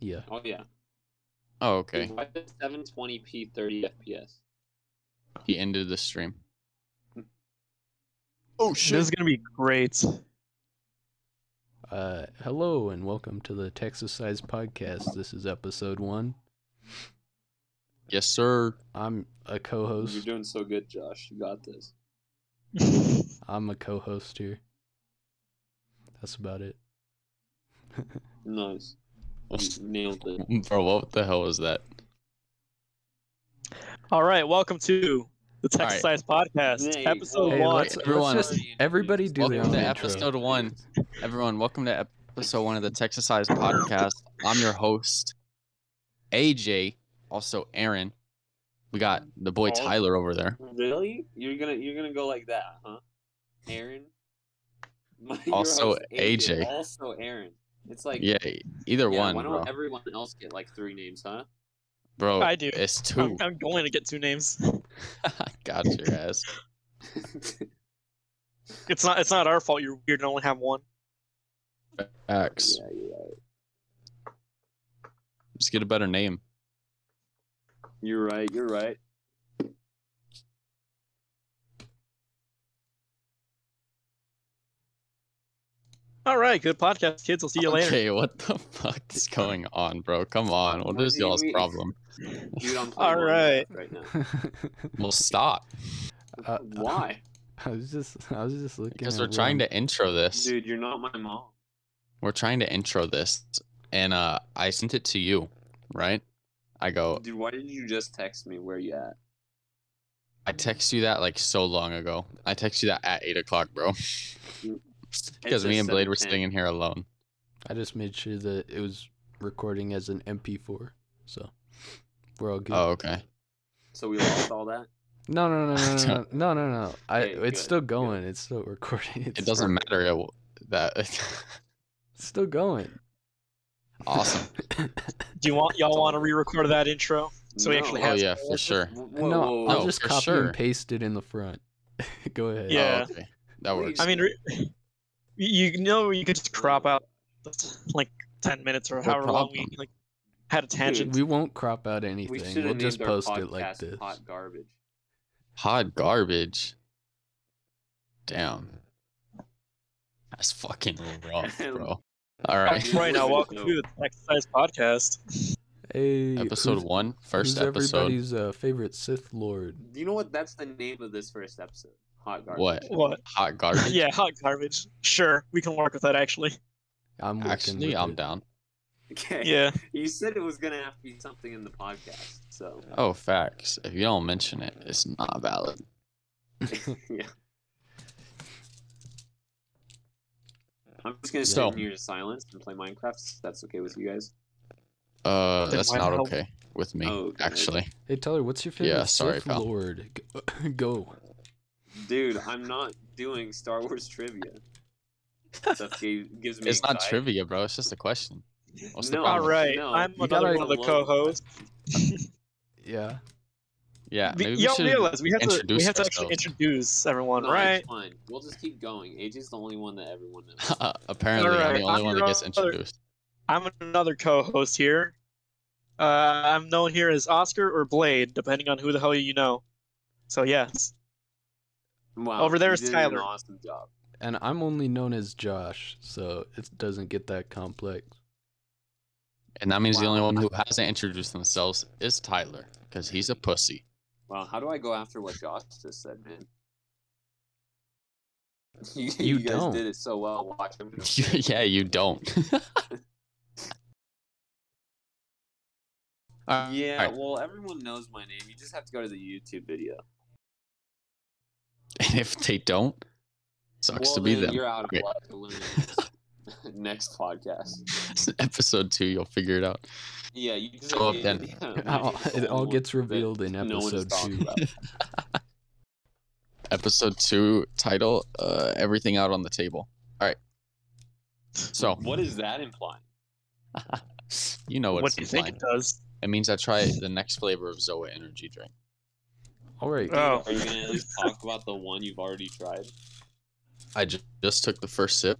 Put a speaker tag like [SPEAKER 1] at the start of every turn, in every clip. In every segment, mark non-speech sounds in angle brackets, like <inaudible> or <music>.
[SPEAKER 1] Yeah.
[SPEAKER 2] Oh yeah.
[SPEAKER 3] Oh, okay.
[SPEAKER 2] Why is 720p 30 FPS?
[SPEAKER 3] He ended the stream. Oh
[SPEAKER 4] This is gonna be great.
[SPEAKER 1] Uh, hello and welcome to the Texas Size Podcast. This is episode one.
[SPEAKER 3] Yes, sir.
[SPEAKER 1] I'm a co-host.
[SPEAKER 2] You're doing so good, Josh. You got this.
[SPEAKER 1] I'm a co-host here. That's about it. <laughs>
[SPEAKER 2] Nice. You nailed it.
[SPEAKER 3] Bro, what the hell is that?
[SPEAKER 4] <laughs> All right, welcome to the
[SPEAKER 3] right.
[SPEAKER 4] Texas Size Podcast,
[SPEAKER 2] Hey,
[SPEAKER 4] episode
[SPEAKER 2] hey,
[SPEAKER 1] Hey,
[SPEAKER 4] one.
[SPEAKER 1] let's,
[SPEAKER 3] everyone.
[SPEAKER 1] let's just everybody do their
[SPEAKER 3] Welcome
[SPEAKER 1] own
[SPEAKER 3] to
[SPEAKER 1] intro.
[SPEAKER 3] episode one. Everyone, welcome to episode one of the Texas Size Podcast. I'm your host, AJ, also Aaron. We got the boy
[SPEAKER 2] Oh.
[SPEAKER 3] Tyler over there.
[SPEAKER 2] Really? You're gonna you're gonna go like that, huh? Aaron. <laughs> My, your
[SPEAKER 3] Also
[SPEAKER 2] host,
[SPEAKER 3] AJ.
[SPEAKER 2] Also Aaron. It's like
[SPEAKER 3] Yeah, either
[SPEAKER 2] yeah,
[SPEAKER 3] one,
[SPEAKER 2] Why don't
[SPEAKER 3] bro.
[SPEAKER 2] everyone else get like three names, huh?
[SPEAKER 3] bro,
[SPEAKER 4] I do.
[SPEAKER 3] It's two.
[SPEAKER 4] I'm, <laughs>
[SPEAKER 3] <laughs>
[SPEAKER 4] I'm going to get two names. <laughs>
[SPEAKER 3] got your ass.
[SPEAKER 4] It's not. It's not our fault. You're weird and only have one.
[SPEAKER 3] X.
[SPEAKER 2] Yeah, yeah.
[SPEAKER 3] Just get a better name.
[SPEAKER 2] You're right. You're right.
[SPEAKER 4] All right, good podcast, kids. I'll see you later.
[SPEAKER 3] <laughs> Okay, what the fuck is going on, bro? Come on. What
[SPEAKER 2] What
[SPEAKER 3] is
[SPEAKER 2] do you
[SPEAKER 3] y'all's
[SPEAKER 2] mean?
[SPEAKER 3] problem?
[SPEAKER 2] Dude, I'm playing
[SPEAKER 4] All
[SPEAKER 2] Minecraft right now.
[SPEAKER 3] Well, stop.
[SPEAKER 1] Uh,
[SPEAKER 2] Why,
[SPEAKER 1] I was just, I was just looking. at
[SPEAKER 3] Because we're trying
[SPEAKER 1] one-
[SPEAKER 3] to intro this.
[SPEAKER 2] dude? You're not my mom.
[SPEAKER 3] We're trying to intro this. And uh I sent it to you, right? I go,
[SPEAKER 2] Dude, why did you just text me? Where you at?
[SPEAKER 3] I text you that like so long ago. I text you that at eight o'clock, bro. <laughs> because me
[SPEAKER 2] just
[SPEAKER 3] and Blade were
[SPEAKER 2] 7:10.
[SPEAKER 3] sitting in here alone.
[SPEAKER 1] I just made sure that it was recording as an MP4, so we're all good.
[SPEAKER 3] Oh, okay.
[SPEAKER 2] So we lost all that.
[SPEAKER 1] No, no, no, no, no,
[SPEAKER 3] <laughs>
[SPEAKER 1] no, no, no, no. I,
[SPEAKER 2] Hey,
[SPEAKER 1] it's
[SPEAKER 2] good,
[SPEAKER 1] still
[SPEAKER 2] good.
[SPEAKER 1] going. It's still recording. <laughs> It's
[SPEAKER 3] It doesn't matter it w- that <laughs>
[SPEAKER 1] It's still going.
[SPEAKER 3] awesome.
[SPEAKER 4] <laughs> Do you want y'all want to re-record that intro? So we actually
[SPEAKER 3] Oh
[SPEAKER 4] have-
[SPEAKER 3] yeah, for sure.
[SPEAKER 2] Whoa,
[SPEAKER 1] <laughs> no,
[SPEAKER 2] whoa, whoa.
[SPEAKER 1] I'll
[SPEAKER 3] No,
[SPEAKER 1] just
[SPEAKER 3] for
[SPEAKER 1] copy
[SPEAKER 3] sure.
[SPEAKER 1] and paste it in the front. <laughs> Go ahead.
[SPEAKER 4] Yeah.
[SPEAKER 3] Oh, okay. That works.
[SPEAKER 4] I mean, re- you you know you could just crop out like ten minutes or however long we
[SPEAKER 3] problem?
[SPEAKER 4] like had a tangent.
[SPEAKER 1] We won't crop out
[SPEAKER 2] we
[SPEAKER 1] anything.
[SPEAKER 2] should
[SPEAKER 1] We will
[SPEAKER 2] have
[SPEAKER 1] just
[SPEAKER 2] named our
[SPEAKER 1] post it like
[SPEAKER 2] podcast
[SPEAKER 1] this.
[SPEAKER 2] Hot garbage.
[SPEAKER 3] Hot garbage. Damn. That's fucking rough, bro. All
[SPEAKER 4] All
[SPEAKER 3] right. <laughs>
[SPEAKER 4] right now, welcome to the Texas Size Podcast.
[SPEAKER 1] Hey,
[SPEAKER 3] Episode
[SPEAKER 1] who's,
[SPEAKER 3] one, first
[SPEAKER 1] who's
[SPEAKER 3] episode.
[SPEAKER 1] everybody's uh, favorite Sith Lord?
[SPEAKER 2] Do you know what? That's the name of this first episode. Hot garbage.
[SPEAKER 3] What?
[SPEAKER 4] What?
[SPEAKER 3] Hot garbage.
[SPEAKER 4] <laughs> Yeah, hot garbage. Sure, we can work with that actually.
[SPEAKER 1] I'm working
[SPEAKER 3] Actually,
[SPEAKER 1] with
[SPEAKER 3] I'm
[SPEAKER 1] it.
[SPEAKER 3] down.
[SPEAKER 2] <laughs> Okay.
[SPEAKER 4] Yeah.
[SPEAKER 2] You said it was gonna have to be something in the podcast, so
[SPEAKER 3] Oh, facts. If you don't mention it, it's not valid.
[SPEAKER 2] yeah. I'm just gonna sit
[SPEAKER 3] So-
[SPEAKER 2] in here in silence and play Minecraft. If that's okay with you guys.
[SPEAKER 3] Uh,
[SPEAKER 4] Then
[SPEAKER 3] that's
[SPEAKER 4] why
[SPEAKER 3] not
[SPEAKER 4] the hell-
[SPEAKER 3] okay with me.
[SPEAKER 2] Oh, okay.
[SPEAKER 3] Actually,
[SPEAKER 1] Hey, Tyler, what's your favorite
[SPEAKER 3] Yeah, sorry,
[SPEAKER 1] Sith
[SPEAKER 3] pal.
[SPEAKER 1] Lord? G- Go. <laughs>
[SPEAKER 2] Dude, I'm not doing Star Wars trivia.
[SPEAKER 3] <laughs>
[SPEAKER 2] Stuff gave, gives me.
[SPEAKER 3] it's not
[SPEAKER 2] anxiety.
[SPEAKER 3] trivia, bro. It's just a question. What's the
[SPEAKER 2] No.
[SPEAKER 3] problem?
[SPEAKER 4] <laughs> All right,
[SPEAKER 2] no,
[SPEAKER 4] I'm
[SPEAKER 2] you
[SPEAKER 4] another
[SPEAKER 1] gotta-
[SPEAKER 4] one of the co-hosts.
[SPEAKER 1] Yeah.
[SPEAKER 3] Yeah,
[SPEAKER 4] The-
[SPEAKER 3] maybe we
[SPEAKER 4] y'all
[SPEAKER 3] should.
[SPEAKER 4] realize we have to we
[SPEAKER 3] introduce
[SPEAKER 4] have to actually
[SPEAKER 3] ourselves.
[SPEAKER 4] introduce everyone,
[SPEAKER 2] No, it's
[SPEAKER 4] right?
[SPEAKER 2] Fine. We'll just keep going. AJ's the only one that everyone
[SPEAKER 3] <laughs>
[SPEAKER 2] knows.
[SPEAKER 3] <laughs> Apparently,
[SPEAKER 4] All
[SPEAKER 3] I'm
[SPEAKER 4] right,
[SPEAKER 3] the only
[SPEAKER 4] I'm
[SPEAKER 3] one that
[SPEAKER 4] your
[SPEAKER 3] gets
[SPEAKER 4] other-
[SPEAKER 3] introduced.
[SPEAKER 4] I'm another co-host here. Uh, I'm known here as Oscar or Blade, depending on who the hell you know. So yes,
[SPEAKER 2] Wow,
[SPEAKER 4] Over there
[SPEAKER 2] you
[SPEAKER 4] is
[SPEAKER 2] did An
[SPEAKER 4] Tyler.
[SPEAKER 2] awesome job.
[SPEAKER 1] And I'm only known as Josh, so it doesn't get that complex.
[SPEAKER 3] And that means the only
[SPEAKER 2] Wow.
[SPEAKER 3] one who hasn't introduced themselves is Tyler, because he's a pussy. <laughs>
[SPEAKER 2] Wow, how do I go after what Josh just said, man? <laughs> You,
[SPEAKER 1] You
[SPEAKER 2] guys
[SPEAKER 1] don't.
[SPEAKER 2] did it so well. Watch him.
[SPEAKER 3] yeah, you don't. <laughs> All
[SPEAKER 2] yeah,
[SPEAKER 3] right.
[SPEAKER 2] well, everyone knows my name. You just have to go to the YouTube video.
[SPEAKER 3] <laughs> And if they don't, sucks
[SPEAKER 2] well,
[SPEAKER 3] to be
[SPEAKER 2] then
[SPEAKER 3] them.
[SPEAKER 2] You're out of
[SPEAKER 3] Okay.
[SPEAKER 2] luck. Illuminators. <laughs> Next podcast.
[SPEAKER 3] <laughs> Episode two, you'll figure it out.
[SPEAKER 2] Yeah, you just
[SPEAKER 3] Show up
[SPEAKER 2] <laughs>
[SPEAKER 3] then.
[SPEAKER 2] yeah,
[SPEAKER 1] It
[SPEAKER 2] you're
[SPEAKER 1] all-
[SPEAKER 2] just the
[SPEAKER 1] it all
[SPEAKER 2] only one
[SPEAKER 1] gets
[SPEAKER 2] that
[SPEAKER 1] revealed in
[SPEAKER 2] no one has
[SPEAKER 1] episode
[SPEAKER 2] talked
[SPEAKER 1] two.
[SPEAKER 2] about.
[SPEAKER 3] Episode two title: uh, Everything out on the table. All right. So
[SPEAKER 2] What does that imply?
[SPEAKER 3] you know what,
[SPEAKER 4] what,
[SPEAKER 3] Oh, it's
[SPEAKER 4] do you think
[SPEAKER 3] implying.
[SPEAKER 4] it does?
[SPEAKER 3] It means I try the next flavor of Zoa energy drink.
[SPEAKER 1] All right.
[SPEAKER 4] Oh,
[SPEAKER 2] Are you gonna at least talk about the one you've already tried?
[SPEAKER 3] I ju- just took the first sip.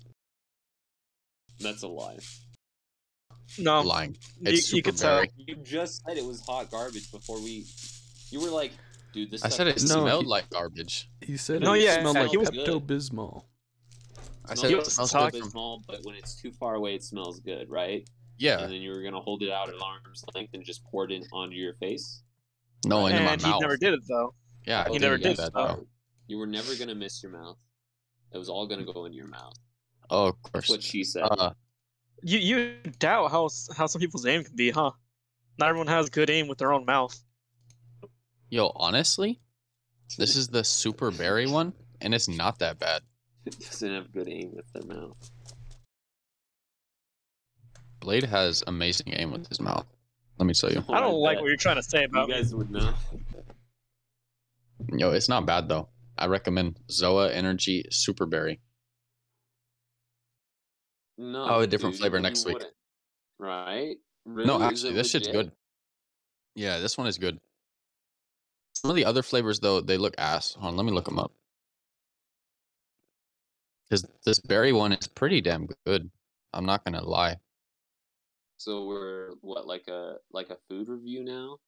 [SPEAKER 2] That's a lie.
[SPEAKER 4] No,
[SPEAKER 3] lying.
[SPEAKER 4] Um, you,
[SPEAKER 3] It's
[SPEAKER 4] you could
[SPEAKER 3] Super Mario.
[SPEAKER 4] tell.
[SPEAKER 2] You just said it was hot garbage before we. You were like, dude, this.
[SPEAKER 3] I
[SPEAKER 2] stuff
[SPEAKER 3] said it
[SPEAKER 2] is-
[SPEAKER 1] No,
[SPEAKER 3] smelled
[SPEAKER 1] he-
[SPEAKER 3] like garbage.
[SPEAKER 1] He said
[SPEAKER 4] No,
[SPEAKER 1] it
[SPEAKER 4] yeah,
[SPEAKER 1] smelled
[SPEAKER 2] yeah,
[SPEAKER 1] like
[SPEAKER 2] he was-
[SPEAKER 1] Pepto Bismol.
[SPEAKER 2] <laughs>
[SPEAKER 3] I
[SPEAKER 2] smells
[SPEAKER 3] said
[SPEAKER 4] You
[SPEAKER 3] it
[SPEAKER 4] was
[SPEAKER 3] smells like
[SPEAKER 4] talking-
[SPEAKER 3] from-
[SPEAKER 2] abysmal, but when it's too far away, it smells good, right?
[SPEAKER 3] yeah.
[SPEAKER 2] And then you were gonna hold it out at arm's length and just pour it in onto your face.
[SPEAKER 3] No, into my
[SPEAKER 4] And he
[SPEAKER 3] mouth.
[SPEAKER 4] never did it though.
[SPEAKER 3] yeah, I
[SPEAKER 2] He
[SPEAKER 3] didn't
[SPEAKER 2] never
[SPEAKER 3] do
[SPEAKER 4] did
[SPEAKER 3] that
[SPEAKER 4] smell.
[SPEAKER 3] though.
[SPEAKER 2] You were never gonna miss your mouth. It was all gonna go in your mouth.
[SPEAKER 3] Oh, of
[SPEAKER 2] That's what
[SPEAKER 3] course.
[SPEAKER 2] she said. <laughs>
[SPEAKER 3] Uh,
[SPEAKER 4] You you doubt how s- how some people's aim can be, huh? Not everyone has good aim with their own mouth.
[SPEAKER 3] yo, honestly, this is the super berry one, and it's not that bad.
[SPEAKER 2] doesn't have good aim with their mouth.
[SPEAKER 3] Blade has amazing aim with his mouth. Let me tell you.
[SPEAKER 4] I don't like
[SPEAKER 2] bet.
[SPEAKER 4] what you're trying to say about
[SPEAKER 2] You guys would know.
[SPEAKER 3] Yo, it's not bad though. I recommend Zoa Energy Super Berry.
[SPEAKER 2] No.
[SPEAKER 3] Oh, a different
[SPEAKER 2] dude,
[SPEAKER 3] flavor
[SPEAKER 2] you
[SPEAKER 3] next week.
[SPEAKER 2] wouldn't. Right? Really?
[SPEAKER 3] No,
[SPEAKER 2] Is
[SPEAKER 3] actually,
[SPEAKER 2] it
[SPEAKER 3] this shit's
[SPEAKER 2] legit?
[SPEAKER 3] good. Yeah, this one is good. Some of the other flavors though, they look ass. Hold on, let me look them up. Cause this berry one is pretty damn good. I'm not gonna lie.
[SPEAKER 2] So we're what like a like a food review now?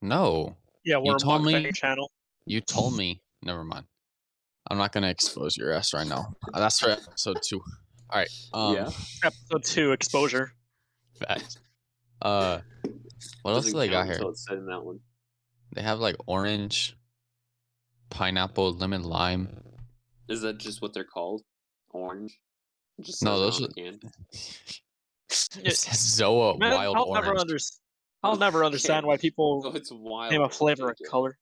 [SPEAKER 3] No,
[SPEAKER 4] yeah, we're a
[SPEAKER 3] told me-
[SPEAKER 4] mukbang channel.
[SPEAKER 3] you told me. Never mind. I'm not gonna expose your ass right now. Uh, That's for episode two. All right. Um,
[SPEAKER 2] yeah.
[SPEAKER 4] Episode two exposure.
[SPEAKER 3] Facts. Uh, what else do
[SPEAKER 2] Doesn't
[SPEAKER 3] they got
[SPEAKER 2] count
[SPEAKER 3] here?
[SPEAKER 2] until it's said in that one.
[SPEAKER 3] They have like orange, pineapple, lemon, lime.
[SPEAKER 2] Is that just what they're called? Orange? It Just
[SPEAKER 3] No,
[SPEAKER 2] says
[SPEAKER 3] those
[SPEAKER 2] it
[SPEAKER 3] are-
[SPEAKER 2] on the can.
[SPEAKER 3] It says Zoa
[SPEAKER 4] Man,
[SPEAKER 3] wild
[SPEAKER 4] I'll
[SPEAKER 3] orange.
[SPEAKER 4] never understand.
[SPEAKER 2] <laughs>
[SPEAKER 4] I'll never understand why
[SPEAKER 2] Oh,
[SPEAKER 4] people
[SPEAKER 2] it's wild.
[SPEAKER 4] name a flavor a
[SPEAKER 2] orange.
[SPEAKER 4] color.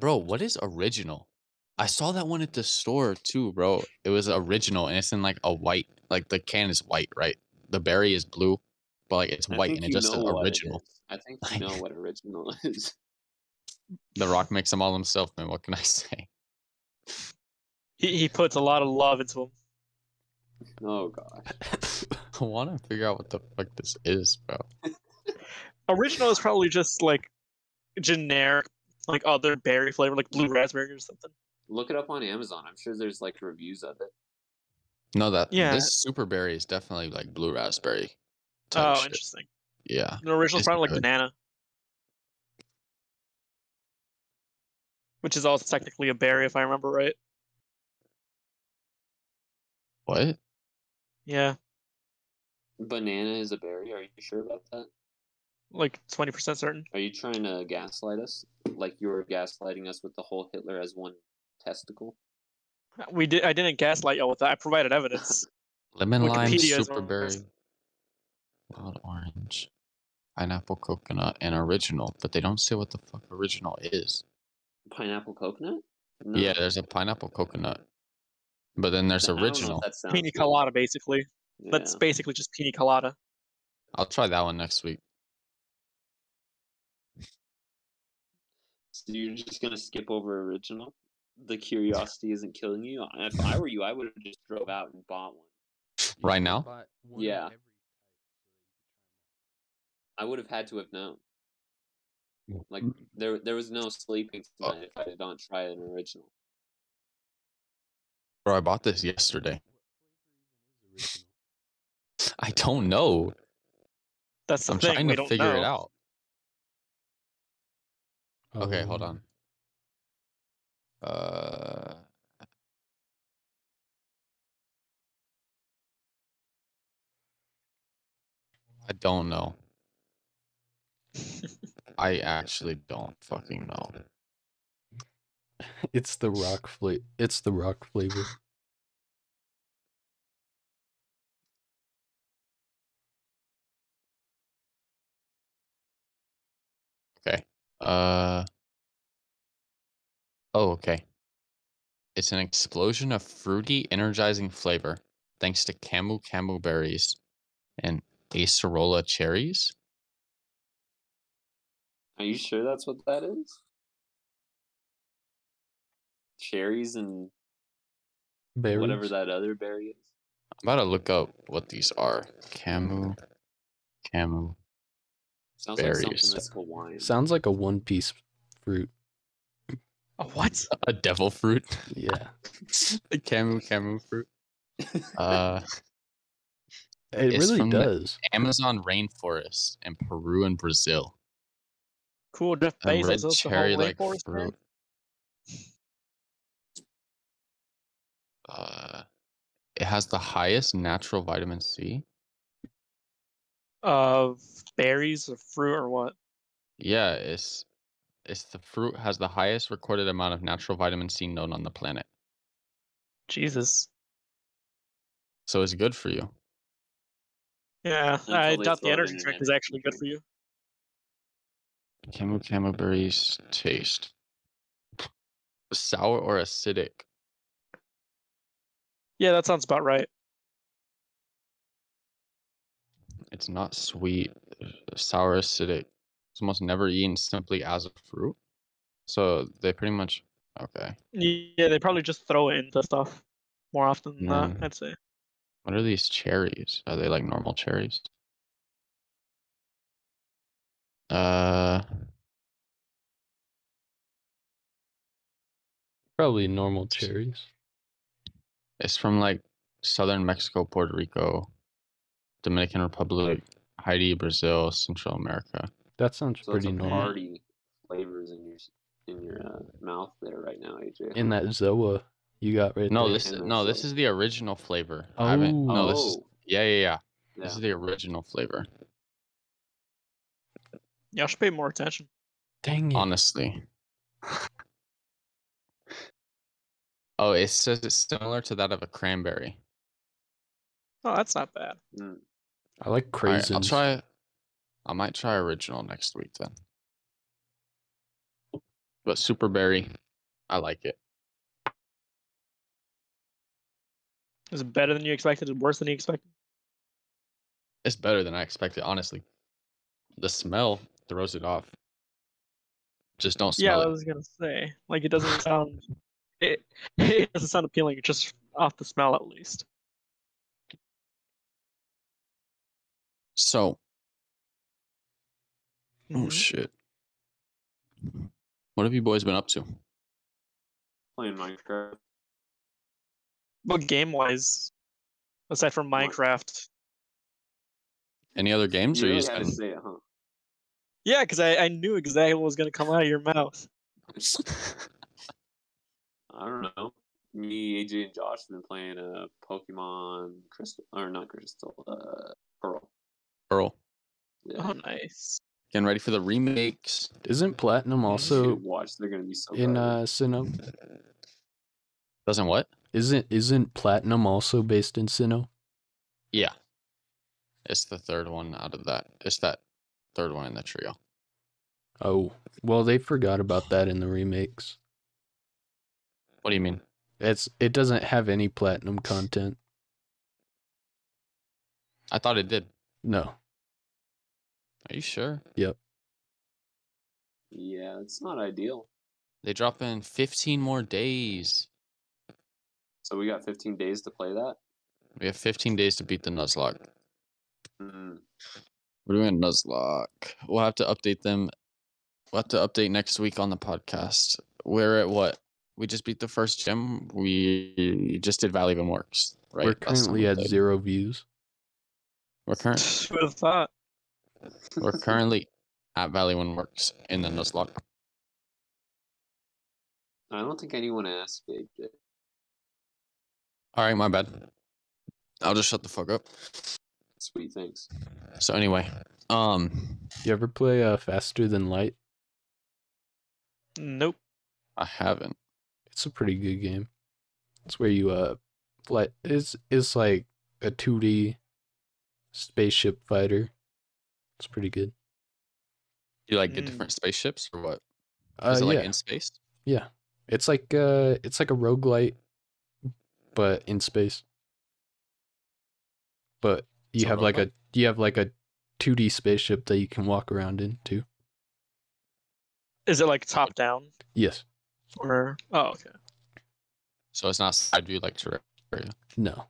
[SPEAKER 3] Bro, what is original? I saw that one at the store too, bro. It was original, and it's in like a white. Like the can is white, right? The berry is blue, but like it's
[SPEAKER 2] I
[SPEAKER 3] white,
[SPEAKER 2] think
[SPEAKER 3] and it
[SPEAKER 2] you
[SPEAKER 3] just says
[SPEAKER 2] know what it
[SPEAKER 3] original.
[SPEAKER 2] is. I think you know what original <laughs> is.
[SPEAKER 3] The Rock makes them all himself, man. What can I <laughs> say?
[SPEAKER 4] He he puts a lot of love into them.
[SPEAKER 2] Oh gosh.
[SPEAKER 3] I want to figure out what the fuck this is, bro.
[SPEAKER 4] Original is probably just like generic, like other berry flavor, like blue raspberry or something.
[SPEAKER 2] Look it up on Amazon. I'm sure there's like reviews of it.
[SPEAKER 3] No, that
[SPEAKER 4] Yeah.
[SPEAKER 3] this super berry is definitely like blue raspberry. type
[SPEAKER 4] Oh,
[SPEAKER 3] shit.
[SPEAKER 4] interesting.
[SPEAKER 3] Yeah.
[SPEAKER 4] The original is
[SPEAKER 3] It's
[SPEAKER 4] probably like
[SPEAKER 3] good.
[SPEAKER 4] banana, which is also technically a berry, if I remember right.
[SPEAKER 3] What?
[SPEAKER 4] Yeah,
[SPEAKER 2] Banana is a berry. Are you sure about that?
[SPEAKER 4] like twenty percent certain.
[SPEAKER 2] Are you trying to gaslight us? Like you were gaslighting us with the whole Hitler as one testicle?
[SPEAKER 4] We did. I didn't gaslight y'all with that. I
[SPEAKER 2] <laughs>
[SPEAKER 4] provided evidence.
[SPEAKER 3] Lemon lime
[SPEAKER 4] Wikipedia is
[SPEAKER 3] super
[SPEAKER 4] one of the
[SPEAKER 3] berry.
[SPEAKER 4] best.
[SPEAKER 3] Wild orange. Pineapple coconut and original, but they don't say what the fuck original is.
[SPEAKER 2] Pineapple coconut? No.
[SPEAKER 3] Yeah, there's a pineapple coconut. But then
[SPEAKER 2] I
[SPEAKER 3] there's
[SPEAKER 2] don't know if
[SPEAKER 3] original.
[SPEAKER 2] That sounds
[SPEAKER 4] pina
[SPEAKER 2] good.
[SPEAKER 4] colada, basically. That's
[SPEAKER 2] Yeah.
[SPEAKER 4] basically just pina colada.
[SPEAKER 3] I'll try that one next week.
[SPEAKER 2] So you're just gonna skip over original? The curiosity isn't killing you. I- If I were you, I would have just drove out and bought one.
[SPEAKER 3] Right now?
[SPEAKER 2] Yeah. I would have had to have known.
[SPEAKER 1] Mm,
[SPEAKER 2] Like there, there was no sleeping
[SPEAKER 3] Oh.
[SPEAKER 2] tonight if I did not try an original.
[SPEAKER 3] Bro, I bought this yesterday. I don't know.
[SPEAKER 4] That's the
[SPEAKER 3] I'm
[SPEAKER 4] thing.
[SPEAKER 3] trying
[SPEAKER 4] we
[SPEAKER 3] to
[SPEAKER 4] don't
[SPEAKER 3] figure it
[SPEAKER 4] know.
[SPEAKER 3] out.
[SPEAKER 1] Oh.
[SPEAKER 3] Okay, hold on. Uh, I don't know. I actually don't fucking know.
[SPEAKER 1] <laughs> It's the rock flavor. It's the rock flavor.
[SPEAKER 3] Uh. Oh, okay. It's an explosion of fruity, energizing flavor thanks to camu camu berries and acerola cherries.
[SPEAKER 2] Are you sure that's what that is? Cherries and
[SPEAKER 1] Berries.
[SPEAKER 2] whatever that other berry is.
[SPEAKER 3] I'm about to look up what these are. Camu, camu.
[SPEAKER 2] Sounds like
[SPEAKER 3] Berries.
[SPEAKER 2] something that's Hawaiian.
[SPEAKER 1] Sounds like a one piece fruit.
[SPEAKER 4] A what?
[SPEAKER 3] a devil <laughs> fruit.
[SPEAKER 1] Yeah.
[SPEAKER 3] <laughs> the camu camu fruit. Uh,
[SPEAKER 1] It
[SPEAKER 3] It's
[SPEAKER 1] really
[SPEAKER 3] from the-
[SPEAKER 1] does.
[SPEAKER 3] Amazon rainforest in Peru and Brazil.
[SPEAKER 4] Cool, Jeff
[SPEAKER 3] A
[SPEAKER 4] Bezos.
[SPEAKER 3] red
[SPEAKER 4] that's the whole
[SPEAKER 3] cherry like
[SPEAKER 4] rainforest, man.
[SPEAKER 3] fruit. Uh, it has the highest natural vitamin C.
[SPEAKER 4] Of berries or fruit or what?
[SPEAKER 3] Yeah, it's it's the fruit has the highest recorded amount of natural vitamin C known on the planet.
[SPEAKER 4] Jesus.
[SPEAKER 3] So it's good for you.
[SPEAKER 4] Yeah,
[SPEAKER 2] Until
[SPEAKER 4] I
[SPEAKER 2] they
[SPEAKER 4] doubt the
[SPEAKER 2] throw it
[SPEAKER 4] energy
[SPEAKER 2] in an
[SPEAKER 4] drink is
[SPEAKER 2] energy
[SPEAKER 4] actually good
[SPEAKER 2] drink.
[SPEAKER 4] for you.
[SPEAKER 3] Camu camu berries taste sour or acidic.
[SPEAKER 4] Yeah, that sounds about right.
[SPEAKER 3] It's not sweet, sour, acidic. It's almost never eaten simply as a fruit. So they pretty much okay.
[SPEAKER 4] Yeah, they probably just throw it into stuff more often than
[SPEAKER 3] Mm.
[SPEAKER 4] that, I'd say.
[SPEAKER 3] What are these cherries? Are they like normal cherries? Uh,
[SPEAKER 1] Probably normal cherries.
[SPEAKER 3] it's from like southern Mexico, Puerto Rico, Dominican Republic, Haiti, Brazil, Central America.
[SPEAKER 1] That sounds
[SPEAKER 2] So
[SPEAKER 1] pretty
[SPEAKER 2] it's a
[SPEAKER 1] normal.
[SPEAKER 2] party flavors in your s- in your uh, mouth there right now, AJ.
[SPEAKER 1] In that Zoa you got right
[SPEAKER 3] No,
[SPEAKER 1] there.
[SPEAKER 3] this
[SPEAKER 2] and
[SPEAKER 3] no, this
[SPEAKER 2] also-
[SPEAKER 3] is the original flavor. I haven't. No, this is
[SPEAKER 2] Oh,
[SPEAKER 3] yeah, yeah, yeah. This
[SPEAKER 2] yeah.
[SPEAKER 3] is the original flavor.
[SPEAKER 4] Y'all should pay more attention.
[SPEAKER 1] Dang it.
[SPEAKER 3] honestly. oh, it says it's similar to that of a cranberry.
[SPEAKER 4] Oh, that's not bad.
[SPEAKER 2] Mm.
[SPEAKER 1] I like
[SPEAKER 3] All right,
[SPEAKER 1] craisins.
[SPEAKER 3] I'll try. I might try original next week then. But super berry, I like it.
[SPEAKER 4] Is it better than you expected? Is it worse than you expected?
[SPEAKER 3] It's better than I expected, honestly. The smell throws it off. Just don't
[SPEAKER 4] yeah,
[SPEAKER 3] smell
[SPEAKER 4] I
[SPEAKER 3] it.
[SPEAKER 4] was gonna say. Like it doesn't sound it, <laughs> it doesn't sound appealing just off the smell at least.
[SPEAKER 3] So, oh
[SPEAKER 4] Mhm.
[SPEAKER 3] shit. What have you boys been up to?
[SPEAKER 2] Playing Minecraft.
[SPEAKER 4] But game wise, aside from
[SPEAKER 2] What?
[SPEAKER 4] Minecraft,
[SPEAKER 3] Any other games?
[SPEAKER 2] You
[SPEAKER 3] or you
[SPEAKER 2] really
[SPEAKER 3] just
[SPEAKER 2] had to
[SPEAKER 3] been-
[SPEAKER 2] say it, huh?
[SPEAKER 4] yeah, because I, I knew exactly what was gonna come out of your mouth.
[SPEAKER 2] I don't know. Me, AJ, and Josh have been playing uh, Pokemon Crystal, or not Crystal, uh, Pearl.
[SPEAKER 3] Earl,
[SPEAKER 2] Yeah.
[SPEAKER 3] Uh-huh.
[SPEAKER 4] Oh, nice.
[SPEAKER 3] getting ready for the remakes.
[SPEAKER 1] Isn't platinum
[SPEAKER 2] <laughs> You should
[SPEAKER 1] also
[SPEAKER 2] watch. They're gonna be so.
[SPEAKER 1] in
[SPEAKER 2] good.
[SPEAKER 1] uh Sinnoh?
[SPEAKER 3] Doesn't what?
[SPEAKER 1] Isn't isn't platinum also based in Sinnoh?
[SPEAKER 3] Yeah. It's the third one out of that. It's that third one in the trio.
[SPEAKER 1] Oh, well, they forgot about that in the remakes.
[SPEAKER 3] What do you mean?
[SPEAKER 1] It's it doesn't have any platinum content.
[SPEAKER 3] I thought it did.
[SPEAKER 1] No,
[SPEAKER 3] Are you sure?
[SPEAKER 2] yeah, it's not ideal.
[SPEAKER 3] They drop in 15 more days.
[SPEAKER 2] So we got 15 days to play that.
[SPEAKER 3] We have 15 days to beat the Nuzlocke.
[SPEAKER 2] Mm.
[SPEAKER 3] We're doing Nuzlocke. We'll have to update them. We'll have to update next week on the podcast. We're at what? We just beat the first gym. We just did Valley Even Works, right?
[SPEAKER 1] we're
[SPEAKER 3] Last time
[SPEAKER 1] currently
[SPEAKER 3] we
[SPEAKER 1] at
[SPEAKER 3] played.
[SPEAKER 1] zero views.
[SPEAKER 3] We're current.
[SPEAKER 4] Who would have thought?
[SPEAKER 2] <laughs>
[SPEAKER 3] We're currently at Valley One Works in the Nuzlocke.
[SPEAKER 2] I don't think anyone asked AJ.
[SPEAKER 3] All right, my bad. I'll just shut the fuck up.
[SPEAKER 2] Sweet, thanks.
[SPEAKER 3] So anyway, um,
[SPEAKER 1] You ever play uh, Faster Than Light?
[SPEAKER 4] Nope.
[SPEAKER 3] I haven't.
[SPEAKER 1] It's a pretty good game. It's where you uh, fly. It's it's like a two D spaceship fighter. It's pretty good.
[SPEAKER 3] Do you like get
[SPEAKER 4] Mm.
[SPEAKER 3] different spaceships or what?
[SPEAKER 1] Uh,
[SPEAKER 3] Is it
[SPEAKER 1] yeah,
[SPEAKER 3] like in space?
[SPEAKER 1] yeah. It's like uh, it's like a roguelite, but in space. But you
[SPEAKER 3] It's a
[SPEAKER 1] have like a
[SPEAKER 3] roguelike?
[SPEAKER 1] you have like a two D spaceship that you can walk around in too.
[SPEAKER 4] Is it like top down
[SPEAKER 1] Yes.
[SPEAKER 4] or oh okay.
[SPEAKER 3] So it's not side view like Terraria.
[SPEAKER 1] No.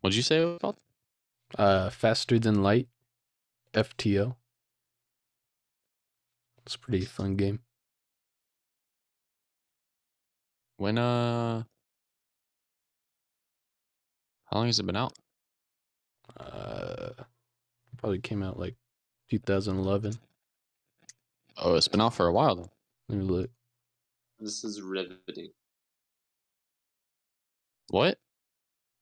[SPEAKER 3] What'd you say it was called?
[SPEAKER 1] Uh, faster than light, FTL. It's a pretty fun game.
[SPEAKER 3] When uh, how long has it been out?
[SPEAKER 1] Uh, probably came out like 2011.
[SPEAKER 3] Oh, it's been out for a while then.
[SPEAKER 1] Let me look.
[SPEAKER 2] This is riveting.
[SPEAKER 3] What?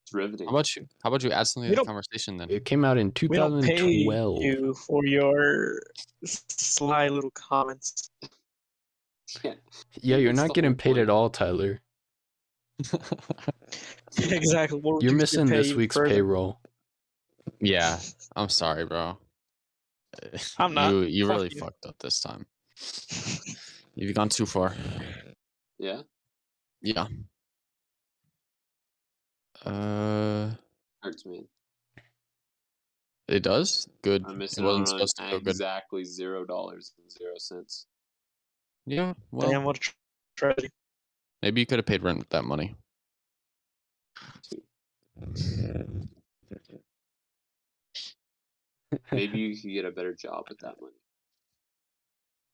[SPEAKER 2] It's riveting.
[SPEAKER 3] How about you? How about you add something
[SPEAKER 4] We
[SPEAKER 3] to the
[SPEAKER 4] don't-
[SPEAKER 3] conversation then?
[SPEAKER 1] It came out in
[SPEAKER 4] We don't pay
[SPEAKER 1] 2012.
[SPEAKER 4] you for your s- sly little <laughs> comments.
[SPEAKER 2] Yeah.
[SPEAKER 1] Yeah, you're
[SPEAKER 2] That's the
[SPEAKER 1] not
[SPEAKER 2] whole
[SPEAKER 1] getting paid
[SPEAKER 2] point.
[SPEAKER 1] at all, Tyler.
[SPEAKER 4] exactly. We'll reduce
[SPEAKER 1] You're
[SPEAKER 4] your
[SPEAKER 1] missing
[SPEAKER 4] pay
[SPEAKER 1] this week's
[SPEAKER 4] further.
[SPEAKER 1] payroll.
[SPEAKER 3] yeah, I'm sorry, bro.
[SPEAKER 4] I'm not.
[SPEAKER 3] You you
[SPEAKER 4] Fuck
[SPEAKER 3] really
[SPEAKER 4] you.
[SPEAKER 3] fucked up this time. <laughs> You've gone too far.
[SPEAKER 2] Yeah.
[SPEAKER 3] Yeah. Uh,
[SPEAKER 2] Hurts, man.
[SPEAKER 3] it does. Good.
[SPEAKER 2] I'm
[SPEAKER 3] It
[SPEAKER 2] missing out
[SPEAKER 3] wasn't supposed to
[SPEAKER 2] on
[SPEAKER 3] go good.
[SPEAKER 2] exactly zero dollars and zero cents.
[SPEAKER 3] Yeah. Well,
[SPEAKER 4] Damn, what a tr- tragedy.
[SPEAKER 3] maybe you could have paid rent with that money.
[SPEAKER 1] <laughs>
[SPEAKER 2] Maybe you could get a better job with that money.